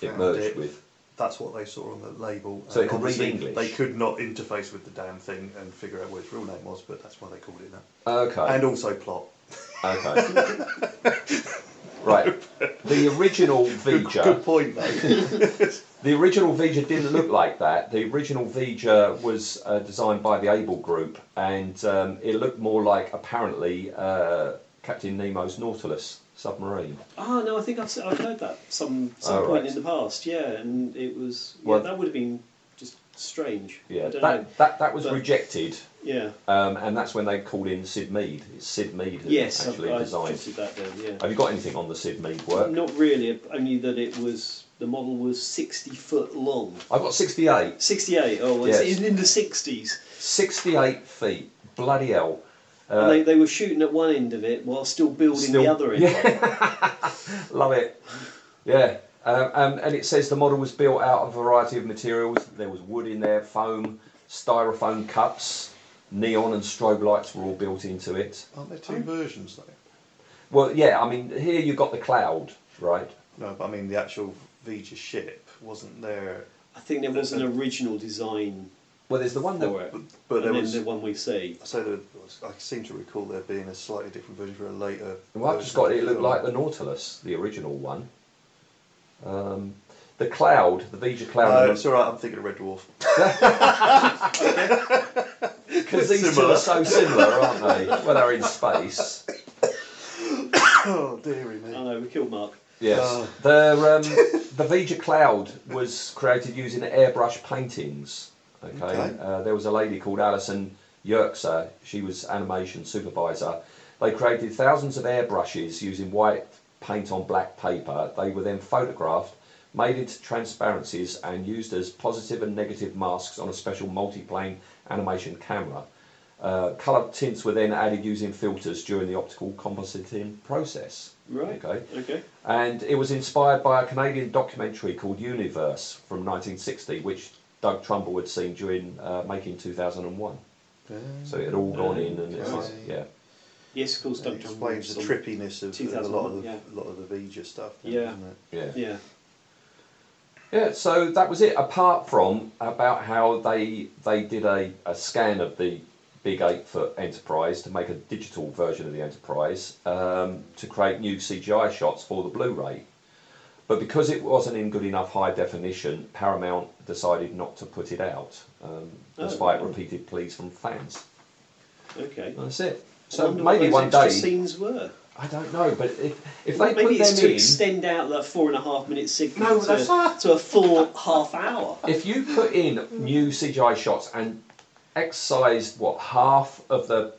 B: It
H: found
B: merged with.
H: that's what they saw on the label.
B: So
H: and
B: it could read
H: obviously
B: English.
H: They could not interface with the damn thing and figure out what its real name was, but that's why they called it that.
B: Okay.
H: And also plot.
B: okay. right. The original Vija.
H: Good point, mate.
B: The original Vija didn't look like that. The original Vija was uh, designed by the Able Group, and um, it looked more like apparently uh, Captain Nemo's Nautilus submarine.
D: Ah, no, I think I've, s- I've heard that some some
B: Oh,
D: point
B: right.
D: in the past. Yeah, and it was yeah,
B: Well-
D: that would have been just strange.
B: Yeah,
D: I don't know.
B: that, that that was
D: But-
B: rejected,
D: Yeah.
B: um, and that's when they called in Sid Mead. It's Sid Mead who
D: Yes, I've,
B: actually
D: I
B: designed.
D: jotted that down. Yeah.
B: Have you got anything on the Sid Mead work?
D: Not really. Only that it was the model was sixty foot long.
B: I've got 68.
D: Sixty-eight. Oh, it's
B: Yes.
D: it's in the sixties.
B: 68 feet. Bloody hell.
D: and they, they were shooting at one end of it while still building
B: Uh, Still-
D: the other end.
B: Love it. Yeah. Um, um, and it says the model was built out of a variety of materials. There was wood in there, foam, styrofoam cups, neon and strobe lights were all built into it.
H: Aren't there two versions though?
B: Well, yeah, I mean, here you've got the cloud, right?
H: No, but I mean the actual Vija ship wasn't there,
D: I think there was an original design
B: Well, there's the one that
D: for it,
H: but there
D: and then
H: was.
D: the one we see.
H: So there was, I seem to recall there being a slightly different version for a later.
B: Well, I've just got it. It looked like the Nautilus, the original one. Um, the cloud, the Vija
C: Uh,
H: No,
B: cloud,
H: it's all right. I'm thinking of Red Dwarf.
B: because these two
H: similar.
B: are so similar, aren't they? Well, they're in space.
H: Oh dearie me.
D: I know, we killed Mark.
B: Yes.
H: Oh.
B: The um, the Vija cloud was created using airbrush paintings. Okay.
H: Okay.
B: Uh, there was a lady called Alison Yerxa. She was animation supervisor. They created thousands of airbrushes using white paint on black paper. They were then photographed, made into transparencies, and used as positive and negative masks on a special multi-plane animation camera. Uh, coloured tints were then added using filters during the optical compositing process.
D: Right.
B: Okay
D: Okay.
B: and it was inspired by a Canadian documentary called Universe from 1960, which Doug Trumbull had seen during uh, making 2001. So it had all gone in, and it's like,
H: Okay.
B: yeah,
D: Yes, of course,
H: It
D: Duncan
H: explains the
D: Robinson.
H: trippiness of a lot of
D: 2001,
H: the,
D: yeah.
H: lot of the Vija stuff. then,
D: Yeah.
H: doesn't it?
B: yeah, yeah.
D: Yeah.
B: So that was it. Apart from about how they they did a, a scan of the big eight foot Enterprise to make a digital version of the Enterprise um, to create new CGI shots for the Blu-ray. But because it wasn't in good enough high definition, Paramount decided not to put it out, um,
D: Oh.
B: despite repeated pleas from fans.
D: Okay.
B: And that's it.
D: I
B: Uh, So
D: wonder what
B: maybe
D: those
B: one
D: extra
B: day,
D: scenes were.
B: I don't know, but if, if they
D: Maybe
B: put
D: it's
B: them
D: to
B: in,
D: extend out that four and a half minute signal
B: No,
D: to,
B: that's-
D: to a full half hour.
B: if you put in new CGI shots and excised what half of the,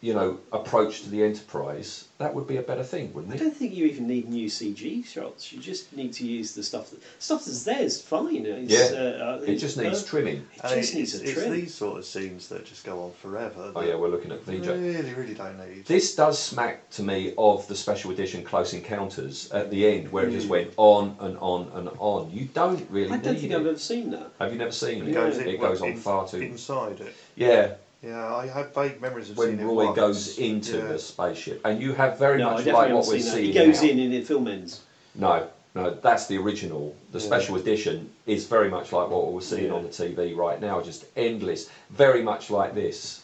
B: you know, approach to the Enterprise, that would be a better thing,
D: I
B: wouldn't it?
D: don't think you even need new CG shots. You just need to use the stuff that stuff that's there is fine. It's,
B: Yeah.
D: uh, uh,
B: It just needs
D: uh,
B: trimming.
D: It
H: And
D: just
H: it-
D: needs
H: it's,
D: a
H: it's
D: trim.
H: these sort of scenes that just go on forever.
B: Oh
H: that
B: yeah, we're looking at
H: you
B: VJ.
H: Really, really don't need.
B: This does smack to me of the special edition Close Encounters at the end, where it just went on and on and on. You don't really
D: Mm. I don't
B: need
D: think
B: it.
D: I've ever seen that.
B: Have you never seen it?
H: it goes,
B: it
H: in-
B: goes on
H: in-
B: far too.
H: inside it.
B: yeah,
H: Yeah, I have vague memories of
B: when
H: seeing
B: Roy
H: it once.
B: goes into
H: yeah.
B: the spaceship, and you have very
D: No, I
B: much
D: definitely
B: like
D: haven't
B: what we're
D: seen that.
B: seeing.
D: He goes
B: now.
D: in and the film ends.
B: No, No, that's the original. The special edition is very much like what we're seeing on the TV right now, just endless, very much like this.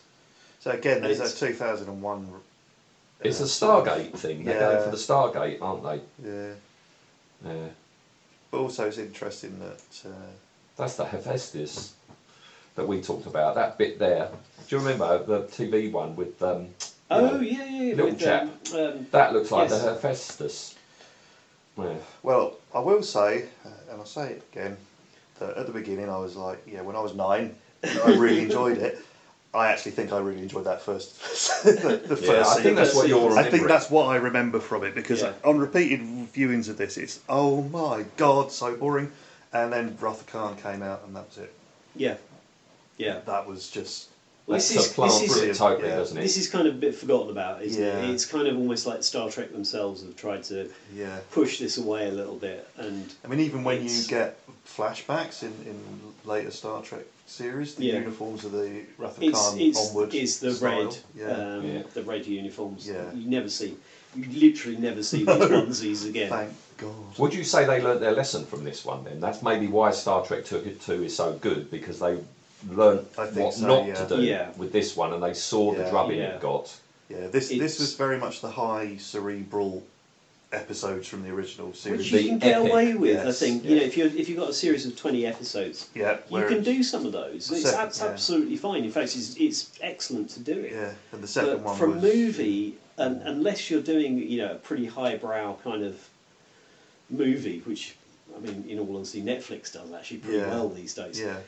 C: So again, there's
D: It's-
C: that 2001. r-
B: It's a Stargate thing. They're going
C: Yeah.
B: for the Stargate, aren't they?
C: Yeah,
B: Yeah.
C: but also it's interesting that uh,
B: That's the Hephaestus that we talked about. That bit there. Do you remember the TV one with um,
D: Oh yeah, yeah, yeah.
B: Little
D: with,
B: chap.
D: Um, um,
B: that looks like
D: Yes.
B: the Hephaestus. Yeah.
C: well, I will say, uh, and I'll say it again, that at the beginning I was like, yeah, when I was nine, I really enjoyed it. I actually think I really enjoyed that first, the, the
B: Yeah,
C: first.
B: I think
C: scene.
B: that's what you're
C: I think
B: remembering.
C: that's what I remember from it because
D: Yeah.
C: on repeated viewings of this, it's oh my god, so boring. And then Wrath Khan came out, and that was it.
D: yeah, yeah.
C: That was just
D: Well,
B: That's
D: this
B: a
D: is
B: plant
D: this
B: for
D: is
B: it totally,
C: yeah.
B: doesn't it?
D: this is kind of a bit forgotten about, isn't
C: Yeah.
D: it? It's kind of almost like Star Trek themselves have tried to
C: yeah.
D: push this away a little bit, and
C: I mean, even when
D: It's-
C: you get flashbacks in, in later Star Trek series, the
D: Yeah.
C: uniforms of the Wrath of
D: it's
C: Khan
D: it's,
C: onward
D: it's the
C: style.
D: red,
C: Yeah.
D: um,
B: Yeah.
D: the red uniforms.
C: Yeah.
D: You never see, you literally never see these onesies again.
C: Thank God.
B: Would you say they learnt their lesson from this one then? That's maybe why Star Trek Two Two is so good because they learnt
C: I think
B: what
C: so,
B: not
C: yeah.
B: to do
D: Yeah. with
B: with this one, and they saw
C: the Yeah.
B: the
C: drubbing
B: drubbing
D: it Yeah.
B: it got.
C: Yeah, this this
D: It's-
C: was very much the high cerebral episodes from the original series.
D: Which
B: would
D: you
B: be
D: can get
B: epic.
D: away with, I
C: Yes,
D: think. You know,
B: yeah.
D: if you if you've got a series of twenty episodes,
C: yeah,
D: you
C: where-
D: can do some of those. It's
C: Second,
D: abs-
C: yeah.
D: absolutely fine. In fact, it's, it's excellent to do it.
C: Yeah, and the second
D: But
C: one
D: for a
C: was
D: movie, un unless you're doing you know a pretty highbrow kind of movie, which I mean, in all honesty, Netflix does actually pretty
C: Yeah.
D: well these days.
C: Yeah,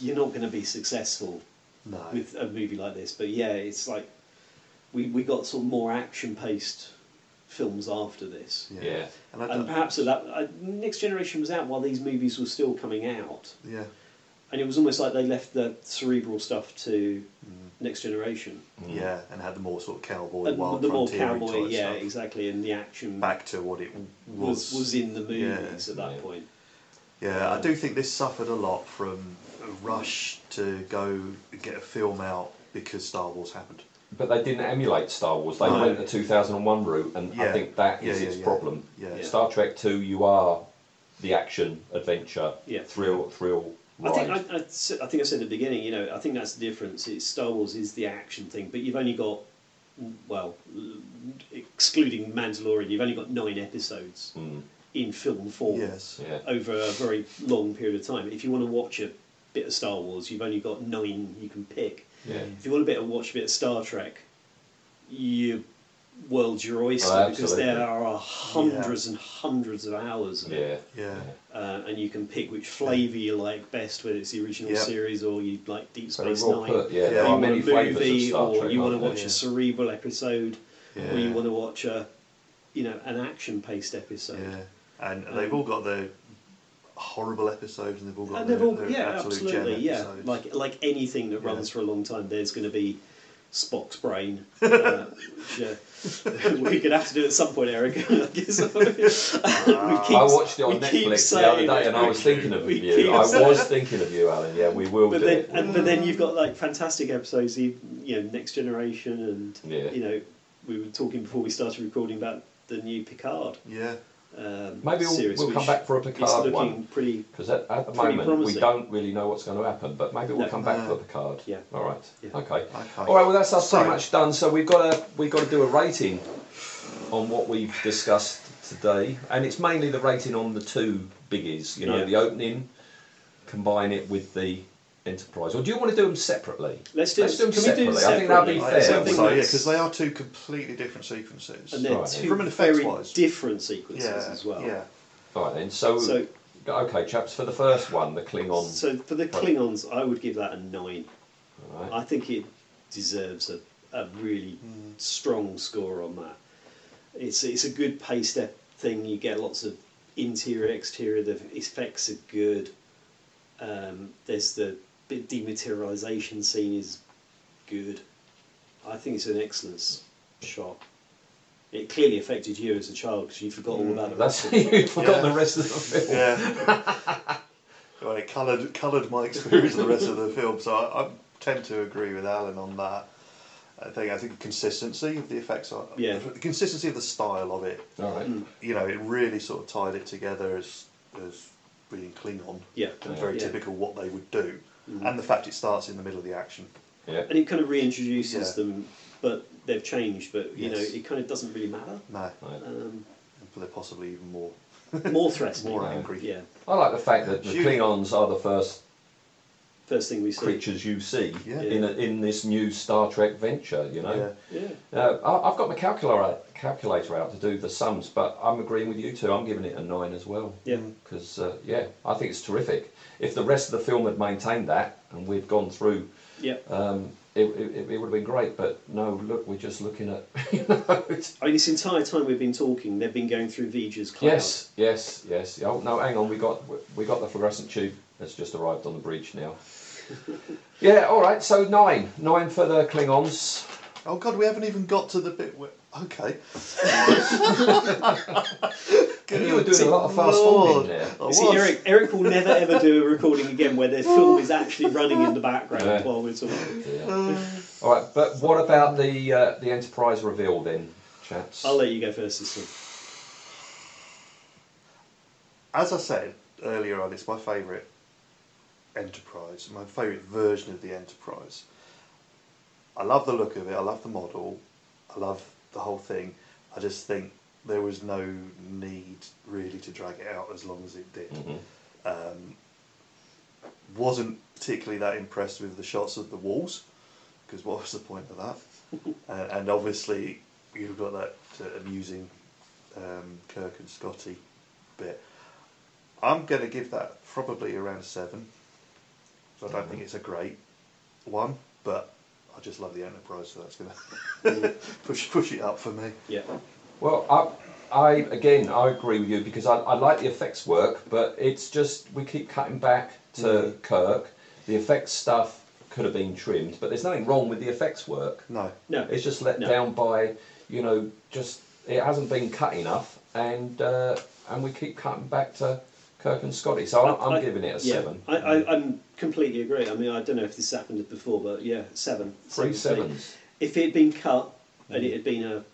D: You're not going to be successful
C: no.
D: with a movie like this. But yeah, it's like we we got sort of more action paced films after this.
C: yeah.
B: Yeah.
C: and I
D: And
C: don't,
D: perhaps at that uh, Next Generation was out while these movies were still coming out,
C: yeah,
D: and it was almost like they left the cerebral stuff to Next Generation.
B: Mm.
C: yeah, and had Mm. the more sort of cowboy,
D: And
C: wild
D: the more
C: frontier-y
D: cowboy,
C: type
D: yeah,
C: stuff.
D: exactly, and the action
C: Back to what it
D: was
C: was
D: was in the
C: yeah,
D: movies at that
B: yeah.
D: point.
C: Yeah, I do think this suffered a lot from a rush to go get a film out because Star Wars happened.
B: But they didn't emulate Star Wars. They
C: No.
B: went the 2001 route, and
C: Yeah.
B: I think that
C: Yeah,
B: is
C: yeah,
B: its
C: yeah.
B: problem.
C: Yeah. Yeah.
B: Star Trek Two, you are the action, adventure,
D: Yeah.
B: thrill, thrill
D: I
B: ride.
D: think I, I s- I think I said at the beginning. You know, I think that's the difference. It's Star Wars is the action thing, but you've only got well, l- excluding Mandalorian, you've only got nine episodes in film form.
C: Mm. Yes.
B: Yeah.
D: over a very long period of time. If you want to watch a bit of Star Wars, you've only got nine you can pick.
B: Yeah.
D: If you want a bit of watch a bit of Star Trek, you world's your oyster
B: Oh,
D: because there
B: absolutely.
D: are hundreds and hundreds of hours of
B: yeah.
D: it.
C: Yeah.
D: Uh, and you can pick which flavour you like best, whether it's the original
C: Yeah.
D: series or you like Deep
B: Very
D: Space
B: well
D: Nine,
B: put. Yeah.
C: Yeah.
B: There
D: or
B: are
D: you
B: many
D: want a movie,
B: flavours of Star
D: or
B: Trek.
D: you want to
B: aren't there?
D: watch
C: yeah.
D: a cerebral episode, or you
C: Yeah.
D: want to watch a, you know, an action-paced episode.
C: Yeah. And they've all got their horrible episodes and they've all got
D: Um, And
C: their,
D: they've all,
C: their
D: yeah,
C: absolute
D: absolutely,
C: gem
D: yeah.
C: episodes.
D: Like like anything that
C: Yeah.
D: runs for a long time, there's going to be Spock's brain, uh, which uh, we're going to have to do at some point, Eric. I guess. we keep,
B: I watched it
D: we
B: on
D: keep
B: Netflix the
D: saying
B: other day,
D: it.
B: and I was thinking of
D: We
B: you.
D: keep
B: I
D: saying
B: was
D: it.
B: thinking of you, Alan. Yeah, we will
D: But
B: do
D: then,
B: it.
D: and, but then you've got like fantastic episodes, you, you know, Next Generation, and
B: Yeah.
D: you know, we were talking before we started recording about the new Picard.
C: yeah.
D: Um,
B: Maybe we'll-
D: series,
B: we'll come
D: which
B: back for a
D: is
B: Picard
D: looking
B: one.
D: Pretty,
B: Because at, at the
D: Pretty
B: moment
D: promising.
B: we don't really know what's going to happen, but maybe we'll
D: No.
B: come back
C: No.
B: for the card.
D: Yeah.
B: All right.
D: Yeah.
B: Okay.
C: Okay.
B: All right. Well, that's us
C: So-
B: pretty much done. So we've got to we've got to do a rating on what we've discussed today, and it's mainly the rating on the two biggies. You know,
D: Yeah.
B: the opening, combine it with the enterprise. Or do you want to do them separately?
D: Let's do-
B: them
D: can we do
B: separately. I think that'd be
D: separately?
C: I
B: fair.
C: think
D: think
C: so, yeah,
D: that's-
C: because they are two completely different sequences.
D: and they're
B: Right.
D: two
C: From an effects
D: very
C: wise.
D: different sequences
C: yeah,
D: as well.
C: Yeah.
B: All right then. So,
D: So-
B: okay, chaps. For the first one, the Klingon.
D: So for the Klingons, I would give that a nine.
B: all right.
D: I think it deserves a, a really
C: Hmm.
D: strong score on that. It's it's a good paced ep- thing. You get lots of interior, exterior. The effects are good. Um, there's the bit dematerialization scene is good. I think it's an excellent s- shot. It clearly affected you as a child because you forgot all
C: Hmm.
D: about it.
B: That's you forgot
C: Yeah.
B: the rest of the film.
C: Yeah. well, it coloured coloured my experience of the rest of the film, so I, I tend to agree with Alan on that. I think I think consistency of the effects are
D: Yeah.
C: the consistency of the style of it.
D: Mm.
B: All right.
C: You know, it really sort of tied it together as as being Klingon.
D: Yeah.
C: and very
D: Yeah.
C: typical what they would do,
B: Mm-hmm.
C: and the fact it starts in the middle of the action.
B: Yeah.
D: And it kind of reintroduces
C: Yeah.
D: them, but they've changed, but you
C: Yes.
D: know, it kind of doesn't really matter.
C: No,
B: Right.
D: Um,
C: they're possibly even more
D: more threatening.
C: more angry.
D: Yeah.
B: I like the fact that the
C: Huge.
B: Klingons are the first
D: First thing we see.
B: creatures you see
C: Yeah.
B: in a, in this new Star Trek venture. You know.
C: Yeah.
D: Yeah.
B: Uh, I- I've got my calculator calculator out to do the sums, but I'm agreeing with you two. I'm giving it a nine as well.
D: Yeah.
B: Because uh, yeah, I think it's terrific. If the rest of the film had maintained that, and we'd gone through,
D: Yeah.
B: um, it, it, it would have been great. But no, look, we're just looking at. You know, it's-
D: I mean, this entire time we've been talking, they've been going through Vija's cloud.
B: yes, yes, yes. Oh no, hang on. We got we got the fluorescent tube that's just arrived on the bridge now. yeah. All right. So nine, nine for the Klingons.
C: Oh God, we haven't even got to the bit where. Okay.
B: You were doing a lot of fast
C: Lord.
B: forwarding there.
C: I
D: You see,
C: was.
D: Eric, Eric will never ever do a recording again where their film is actually running in the background
B: Yeah.
D: while we're talking.
B: Yeah. All right, but what about the uh, the Enterprise reveal then, chaps?
D: I'll let you go first this time.
C: As I said earlier on, it's my favourite Enterprise, my favourite version of the Enterprise. I love the look of it. I love the model. I love the whole thing. I just think there was no need really to drag it out as long as it did. Um, wasn't particularly that impressed with the shots of the walls because what was the point of that? uh, and obviously you've got that uh, amusing um, Kirk and Scotty bit. I'm going to give that probably around a seven. So I don't think it's a great one, but I just love the Enterprise, so that's going to push push it up for me.
D: Yeah.
B: Well, I, I again, I agree with you because I, I like the effects work, but it's just we keep cutting back to Kirk. The effects stuff could have been trimmed, but there's nothing wrong with the effects work.
C: No,
D: No.
B: It's just let
D: No.
B: down by you know just it hasn't been cut enough, and uh, and we keep cutting back to Kirk and Scotty. So I'm, I'm
D: I-
B: giving it a
D: yeah.
B: seven.
D: I, I, I'm completely agree. I mean, I don't know if this happened before, but yeah, seven.
B: Three
D: Seven for me.
B: sevens.
D: If it had been cut and it had been a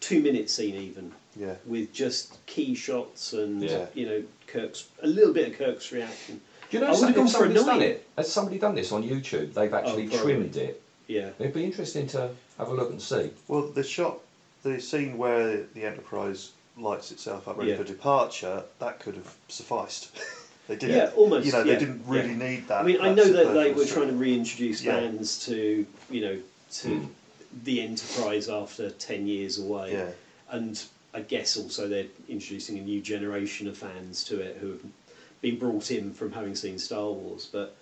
D: two-minute scene, even
C: yeah.
D: with just key shots and
B: Yeah.
D: you know Kirk's a little bit of Kirk's reaction.
B: Do you know
D: I
B: if
D: would've gone
B: if
D: for a
B: somebody's
D: nine. Oh,
B: done it? Has somebody done this on YouTube? They've actually
D: probably.
B: trimmed it.
D: Yeah.
B: It'd be interesting to have a look and see.
C: Well, the shot, the scene where the Enterprise lights itself up ready
D: Yeah.
C: for departure, that could have sufficed. they didn't.
D: Yeah, almost,
C: You know,
D: yeah,
C: they didn't really
D: yeah.
C: need
D: I
C: that.
D: mean, I
C: that
D: know that they
C: superfluous
D: were
C: shot.
D: trying to reintroduce
C: Yeah. Hmm.
D: bands to you know to the Enterprise after ten years away,
C: Yeah.
D: and I guess also they're introducing a new generation of fans to it who have been brought in from having seen Star Wars. But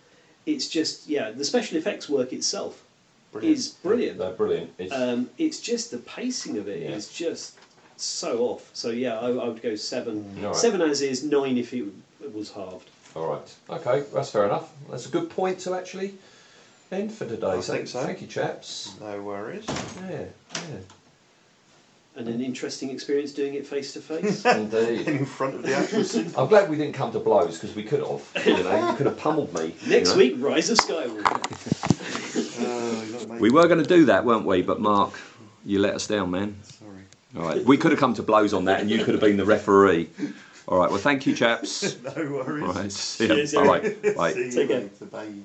D: it's just yeah, the special effects work itself
C: Brilliant.
D: is brilliant.
B: They're brilliant. It's,
D: Um, it's just the pacing of it is
B: Yeah.
D: just so off. So yeah, I, I would go seven,
B: All right.
D: seven as is, nine if it was halved.
B: all right. Okay, that's fair enough. That's a good point to actually end for today.
C: I think so.
B: Thank you, chaps.
C: No worries.
B: Yeah,
D: and an interesting experience doing it face to face.
B: yeah. Indeed.
C: In front of the actual scene.
B: I'm glad we didn't come to blows because we could have. You know, you could have pummeled me. you
D: Next
B: know.
D: week, Rise of Skywalker.
C: Oh, you gotta make
B: We
C: it.
B: were going to do that, weren't we? But Mark, you let us down, man.
C: Sorry.
B: All right. We could have come to blows on that, and you could have been the referee. All right. Well, thank you, chaps.
C: No worries.
B: All right. See ya.
D: Cheers,
B: Bye-bye. Bye.
C: See you
D: Take care.
C: later, babe.